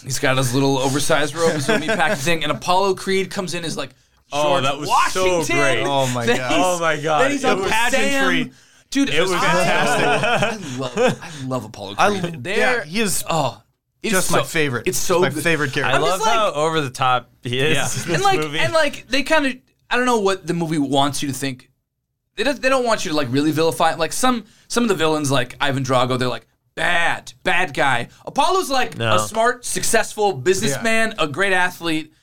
S2: He's got his little oversized robe, his
S3: <laughs>
S2: little meat packet thing, and Apollo Creed comes in as like,
S3: Oh,
S2: George
S3: that was so
S2: Washington.
S3: great.
S4: Oh my
S2: Then
S4: God.
S2: he's-
S4: Oh
S3: my God.
S2: Then he's
S3: It
S2: on
S3: was
S4: pageantry.
S2: Sam. Dude, it
S3: was
S2: fantastic. I love, I love Apollo
S4: I,
S2: Creed.
S4: yeah,
S2: There,
S4: he is
S2: oh, it's
S4: just my
S2: so-
S4: favorite.
S2: It's so
S4: my
S2: good.
S4: favorite character.
S1: I love
S2: just like-
S1: how over the top he is.
S3: Yeah.
S1: <laughs> in
S2: and
S1: this
S2: like
S1: movie.
S2: and like they kind of I don't know what the movie wants you to think. They don't, they don't want you to like really vilify like some some of the villains like Ivan Drago they're like bad bad guy. Apollo's like
S1: No.
S2: a smart successful businessman, a great athlete.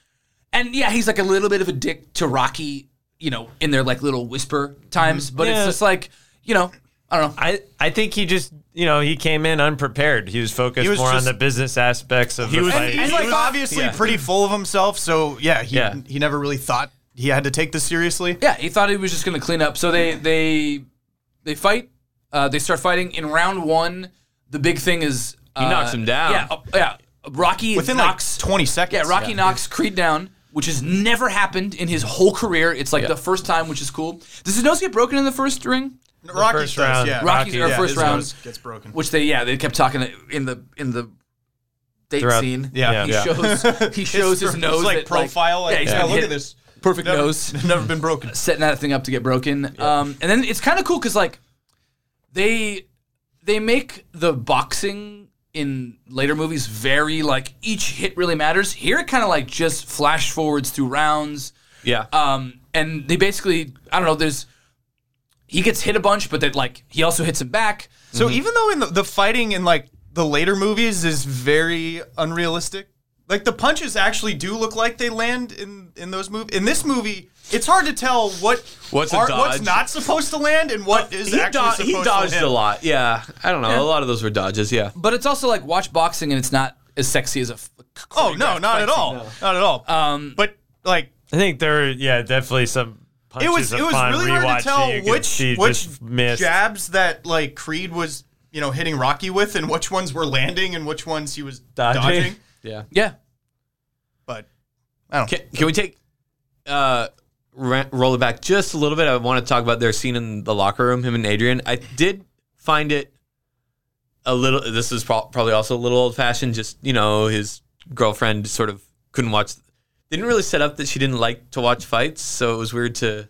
S2: And yeah, he's like a little bit of a dick to Rocky, you know, in their like little whisper times, but
S1: Mm-hmm. Yeah.
S2: it's just like, you know, I don't know.
S1: I, I think he just you know he came in unprepared. He was focused
S4: was
S1: more
S4: just-
S1: on the business aspects of the
S4: was,
S1: fight.
S4: and, he's
S2: like,
S4: like obviously pretty full of himself. So yeah, he
S1: Yeah.
S4: he never really thought he had to take this seriously.
S2: Yeah, he thought he was just going to clean up. So they they they fight. Uh, they start fighting in round one. The big thing is he
S3: knocks him down.
S2: Yeah, uh, yeah. Rocky
S4: Within
S2: knocks
S4: like 20 seconds.
S2: yeah, Rocky knocks Creed down, which has never happened in his whole career. It's like the first time, which is cool. Does his nose get broken in the first ring?
S4: Rocky
S1: first
S4: does,
S1: round.
S4: Yeah.
S2: Rocky's
S1: Rocky,
S2: or
S1: yeah,
S2: first
S4: His
S2: round,
S4: nose gets broken.
S2: which they yeah they kept talking in the in the date
S1: Throughout-
S2: scene.
S4: yeah.
S1: Yeah.
S2: he
S4: <laughs>
S2: shows he shows his,
S4: It's
S2: nose
S4: like
S2: that,
S4: profile. Like,
S2: yeah, he's
S4: yeah,
S2: got
S4: look
S2: hit-
S4: at this.
S2: perfect
S4: Never- <laughs>
S2: nose.
S4: Never been broken.
S2: setting that thing up to get broken. Um, and then it's kind of cool because like they they make the boxing in later movies very like each hit really matters. Here it kind of like just flash forwards through rounds.
S3: Yeah.
S2: Um, and they basically I don't know. There's he gets hit a bunch, but that like he also hits him back.
S4: So
S3: Mm-hmm.
S4: even though in the, the fighting in like the later movies is very unrealistic, like the punches actually do look like they land in in those movies. In this movie, it's hard to tell what
S3: What's a
S4: what's
S3: dodge?
S4: not supposed to land and what is
S3: he,
S4: actually
S3: do-
S4: supposed
S3: he dodged
S4: to land.
S3: a lot. Yeah. I don't know. A lot of those were dodges. Yeah.
S2: But it's also like watch boxing and it's not as sexy as a. f-
S4: Oh no, not at all, not at all. Um, but like
S1: I think there were yeah definitely some.
S4: it
S1: Punches
S4: was it was
S1: upon
S4: really
S1: rewatch
S4: hard to
S1: that
S4: tell
S1: you could
S4: which
S1: see
S4: which
S1: just missed.
S4: jabs that like Creed was you know hitting Rocky with and which ones were landing and which ones he was
S1: Dodging.
S4: dodging.
S3: Yeah.
S2: Yeah.
S4: But I don't.
S3: Can, can we take uh ra- roll it back just a little bit? I want to talk about their scene in the locker room, him and Adrian. I did find it a little. This is pro- probably also a little old fashioned. Just you know, his girlfriend sort of couldn't watch. Didn't really set up that she didn't like to watch fights, so it was weird to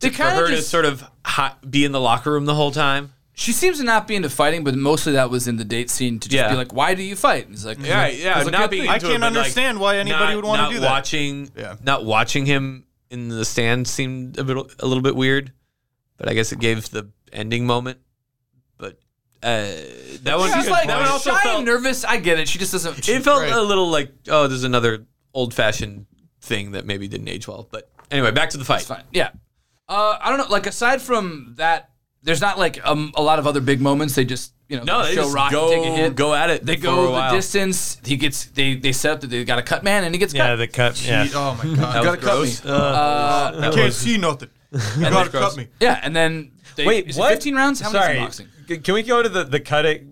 S2: They
S3: for
S2: kind
S3: her
S2: of
S3: to
S2: just
S3: sort of hi- be in the locker room the whole time.
S2: She seems to not be into fighting, but mostly that was in the date scene to just
S3: Yeah.
S2: be like, "Why do you fight?" And he's like,
S3: Yeah, yeah,
S2: It's a
S3: not
S2: good
S3: being
S2: thing.
S4: I
S3: into it,
S4: can't
S3: but, like,
S4: understand why anybody
S3: not-
S4: would wanna
S3: not
S4: do that.
S3: Watching,
S4: Yeah.
S3: not watching him in the stand seemed a little a little bit weird. but I guess it gave the ending moment. But uh, that one,
S2: She's like,
S3: that one also
S2: shy
S3: felt
S2: and nervous. I get it. She just doesn't.
S3: it felt
S4: Right.
S3: a little like oh, there's another old fashioned thing that maybe didn't age well. But anyway, back to the fight.
S2: It's fine. Yeah. Uh, I don't know. Like aside from that, there's not like um, a lot of other big moments. They just you know
S3: No,
S2: they
S3: they
S2: show
S3: just
S2: Rocky
S3: go-
S2: take a hit.
S3: go at it
S2: They
S3: for
S2: go
S3: a while.
S2: the distance. He gets they they set up that they got a cut man and he gets
S1: Yeah,
S2: cut.
S1: the cut. Yeah.
S4: Gee, oh my god.
S3: That
S2: gotta
S3: was
S2: cut me.
S3: gross. <laughs>
S2: Uh,
S4: I can't see <laughs> nothing. You gotta
S3: gross.
S4: cut me.
S2: yeah, and then they,
S1: Wait,
S2: is it
S1: what?
S2: 15 rounds. How
S1: Sorry.
S2: many is in boxing?
S1: C- Can we go to the the cut it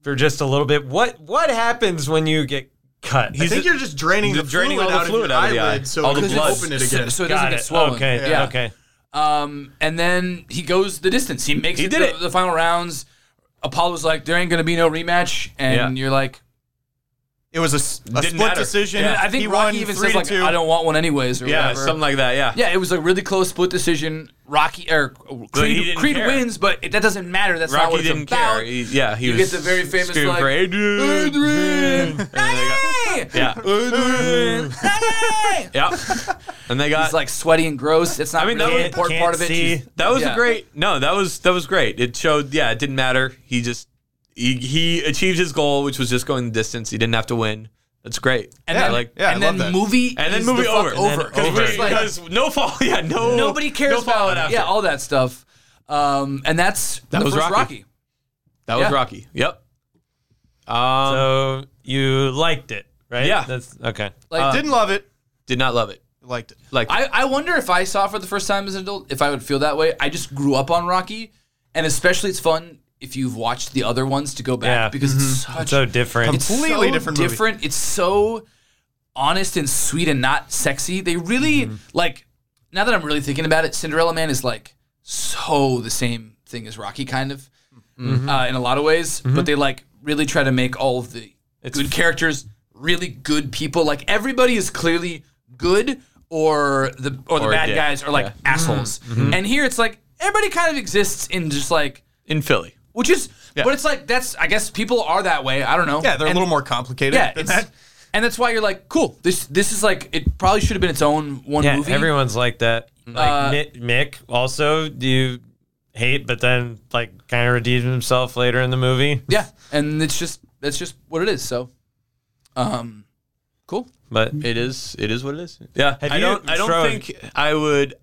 S1: for just a little bit? What what happens when you get cut?
S4: I think you're just draining
S3: You're
S4: the
S3: draining
S4: fluid
S3: all the
S4: out
S3: fluid
S4: of your
S3: out of the eye.
S4: eyelid, so
S3: All the
S4: you can
S3: blood.
S4: open it
S2: So,
S4: again.
S2: so it doesn't
S1: Got
S2: get
S1: it.
S2: swollen.
S1: Okay.
S2: Yeah.
S1: Okay.
S2: Um, and then he goes the distance. He makes
S3: He
S2: it
S3: did
S2: the,
S3: it.
S2: the final rounds. Apollo's like, there ain't gonna be no rematch, and
S3: Yeah.
S2: you're like,
S4: It was a, s- a
S3: Didn't
S4: split
S3: matter.
S4: decision.
S3: Yeah.
S2: I think
S4: he won
S2: Rocky even
S4: three
S2: says
S4: to
S2: like,
S4: two.
S2: I don't want one anyways, or
S3: yeah,
S2: whatever.
S3: something like that. Yeah,
S2: Yeah, it was a really close split decision. Rocky or
S3: he
S2: Creed,
S3: didn't
S2: Creed
S3: care.
S2: wins, but it, that doesn't matter. That's not what
S3: Rocky
S2: it's
S3: didn't
S2: about.
S3: care. He- yeah, he
S2: You
S3: was
S2: get the very famous,
S3: screaming
S2: like,
S3: for Adrian. <laughs>
S2: Adrian,
S3: And they
S2: <laughs>
S3: got- yeah,
S2: Adrian,
S3: <laughs> yeah, and they got
S2: He's like sweaty and gross. It's not
S3: mean, that
S2: really an
S3: was-
S2: important
S1: Can't
S2: part of it.
S1: see.
S2: He's-
S3: That was
S2: Yeah.
S3: a great. No, that was that was great. It showed. Yeah, it didn't matter. He just he, he achieved his goal, which was just going the distance. He didn't have to win. That's great.
S2: And
S3: yeah,
S2: then,
S3: like
S4: yeah, I
S2: and
S4: love
S2: then
S4: that.
S2: movie,
S3: and then
S2: is
S3: movie
S2: the
S3: over.
S2: fuck
S1: And
S2: over.
S1: then over.
S2: It's like,
S3: because no fall. <laughs> Yeah, no.
S2: nobody cares
S3: no fallout
S2: about
S3: after.
S2: yeah all that stuff. Um, and that's
S3: That
S2: the
S3: was
S2: first
S3: Rocky.
S2: Rocky.
S3: that was
S2: yeah.
S3: Rocky. Yep. Um,
S1: So you liked it, right?
S3: Yeah.
S1: That's okay.
S2: Like
S3: Uh,
S4: Didn't love it.
S3: did not love it.
S4: Liked it.
S3: Like
S2: I, I wonder if I saw it for the first time as an adult, if I would feel that way. I just grew up on Rocky, and especially it's fun if you've watched the other ones to go back
S1: Yeah.
S2: because it's such
S1: So different.
S2: it's
S4: Completely
S2: so
S4: different movie.
S2: different. It's so honest and sweet and not sexy. They really
S4: Mm-hmm.
S2: like. Now that I'm really thinking about it, Cinderella Man is like so the same thing as Rocky, kind of
S4: Mm-hmm.
S2: uh, in a lot of ways. But they like really try to make all of the good characters really good people. Like everybody is clearly good, or the or the
S3: Or a
S2: bad
S3: dick.
S2: guys are like
S4: Mm-hmm.
S3: Yeah.
S2: assholes. And here it's like everybody kind of exists in just like.
S3: in Philly.
S2: Which is,
S3: Yeah.
S2: but it's like that's. I guess people are that way. I don't know.
S4: Yeah, they're
S2: And-
S4: a little more complicated
S2: yeah,
S4: than
S2: it's,
S4: that.
S2: and that's why you're like, cool. This this is like it probably should have been its own one
S1: yeah,
S2: movie.
S1: everyone's like that.
S2: Uh,
S1: Like Mick, Mick also do you hate, but then like kind of redeems himself later in the movie.
S2: yeah, and it's just that's just what it is. So, um, cool.
S1: But
S3: It is. It is what it is. Yeah.
S1: Have
S3: I
S1: you-
S3: don't. I don't
S1: Shrove-
S3: think I would.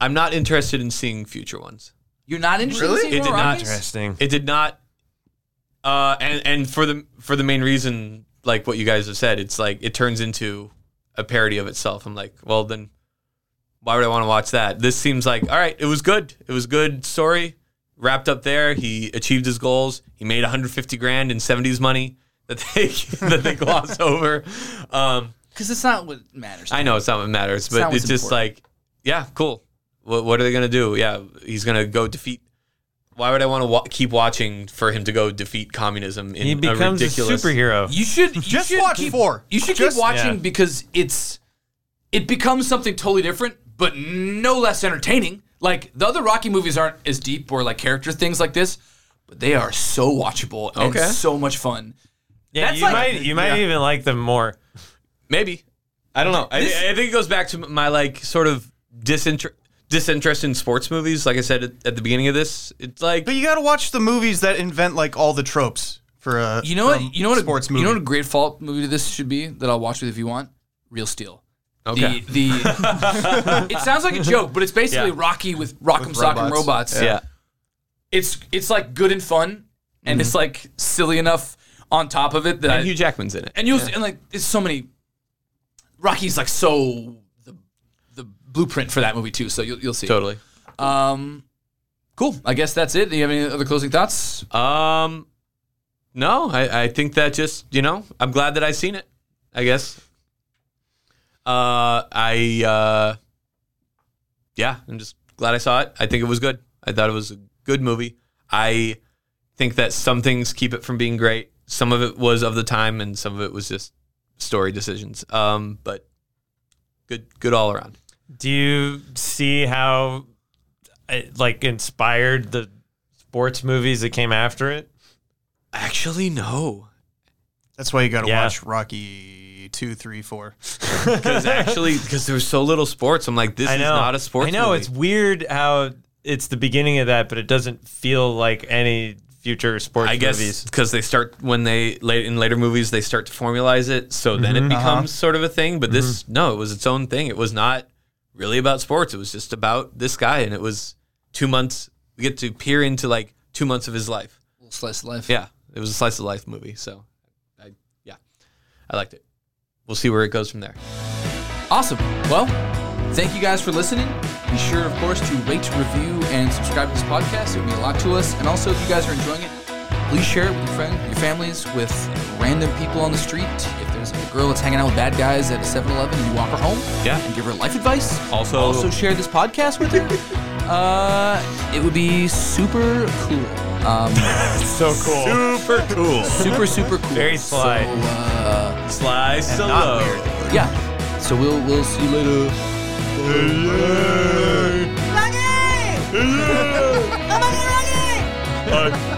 S3: I'm not interested in seeing future ones.
S2: You're not interested.
S4: Really?
S2: In seeing
S3: It
S2: more
S3: did not
S2: Rockies?
S1: interesting.
S3: It did not. Uh, and and for the for the main reason, like what you guys have said, it's like it turns into a parody of itself. I'm like, well then, why would I want to watch that? This seems like all right. It was good. It was good story wrapped up there. He achieved his goals. He made 150 grand in 70s money that they <laughs> that they gloss over. Um,
S2: Because it's not what matters.
S3: I know it's not what matters,
S2: not
S3: but
S2: what's
S3: it's just
S2: important.
S3: like, yeah, cool. What, what are they gonna do? Yeah, he's gonna go defeat. Why would I want to wa- keep watching for him to go defeat communism in
S1: he becomes a,
S3: a ridiculous?
S1: superhero.
S2: You should you
S4: Just
S2: should
S4: watch
S2: keep,
S4: four.
S2: You should
S4: Just-
S2: keep watching
S1: yeah.
S2: because it's it becomes something totally different, but no less entertaining. Like the other Rocky movies aren't as deep or like character things like this, but they are so watchable and
S3: Okay.
S2: so much fun.
S1: yeah,
S2: that's
S1: you
S2: like-
S1: might you might even like them more.
S3: Maybe I don't know. I,
S2: This-
S3: I think it goes back to my like sort of disinter- disinterest in sports movies. Like I said at, at the beginning of this, it's like
S4: But you gotta watch the movies that invent like all the tropes for a
S2: You know what?
S4: from
S2: You know what? A,
S4: sports
S2: You
S4: movie.
S2: know what a great fault movie this should be that I'll watch with if you want. Real Steel.
S3: Okay.
S2: The, the <laughs> it sounds like a joke, but it's basically
S3: Yeah.
S2: Rocky with Rock'em Sock'em
S4: robots.
S2: Robots.
S3: yeah.
S2: It's it's like good and fun, and it's like silly enough on top of it that I,
S3: And Hugh Jackman's in it.
S2: and you'll and like it's so many. Rocky's like so the the blueprint for that movie too. So you'll you'll see.
S3: totally.
S2: Um, cool. I guess that's it. Do you have any other closing thoughts?
S3: Um, no, I, I think that just you know I'm glad that I seen it. I guess. Uh, I uh, yeah, I'm just glad I saw it. I think it was good. I thought it was a good movie. I think that some things keep it from being great. Some of it was of the time, and some of it was just story decisions. Um, but good, good all around.
S1: Do you see how it, like inspired the sports movies that came after it?
S3: Actually, no.
S4: That's why you gotta
S1: Yeah.
S4: watch Rocky two, three, four.
S3: Because actually, because there was so little sports, I'm like, this
S1: I
S3: is
S1: know.
S3: not a sports.
S1: I know
S3: movie.
S1: it's weird how it's the beginning of that, but it doesn't feel like any future sports
S3: I guess
S1: movies.
S3: because they start when they late in later movies they start to formalize it, so then it becomes sort of a thing. But this no, it was its own thing. It was not really about sports. It was just about this guy, and it was two months. We get to peer into like two months of his life.
S2: Little slice of life.
S3: Yeah, it was a slice of life movie. So, I, yeah, I liked it. We'll see where it goes from there.
S2: Awesome. Well, thank you guys for listening. Be sure, of course, to rate, review, and subscribe to this podcast. It would mean a lot to us. And also, if you guys are enjoying it, please share it with your friends, your families, with random people on the street. If there's a girl that's hanging out with bad guys at a 7 Eleven and you walk her home
S3: Yeah.
S2: and give her life advice,
S3: Also-
S2: also share this podcast with her. uh, it would be super cool. Um,
S1: So cool.
S3: Super cool.
S2: super, super cool.
S1: Very sly.
S2: So, uh,
S3: Slice of low.
S2: yeah. So we'll we'll see you later.
S5: Rocky! Come on, Rocky!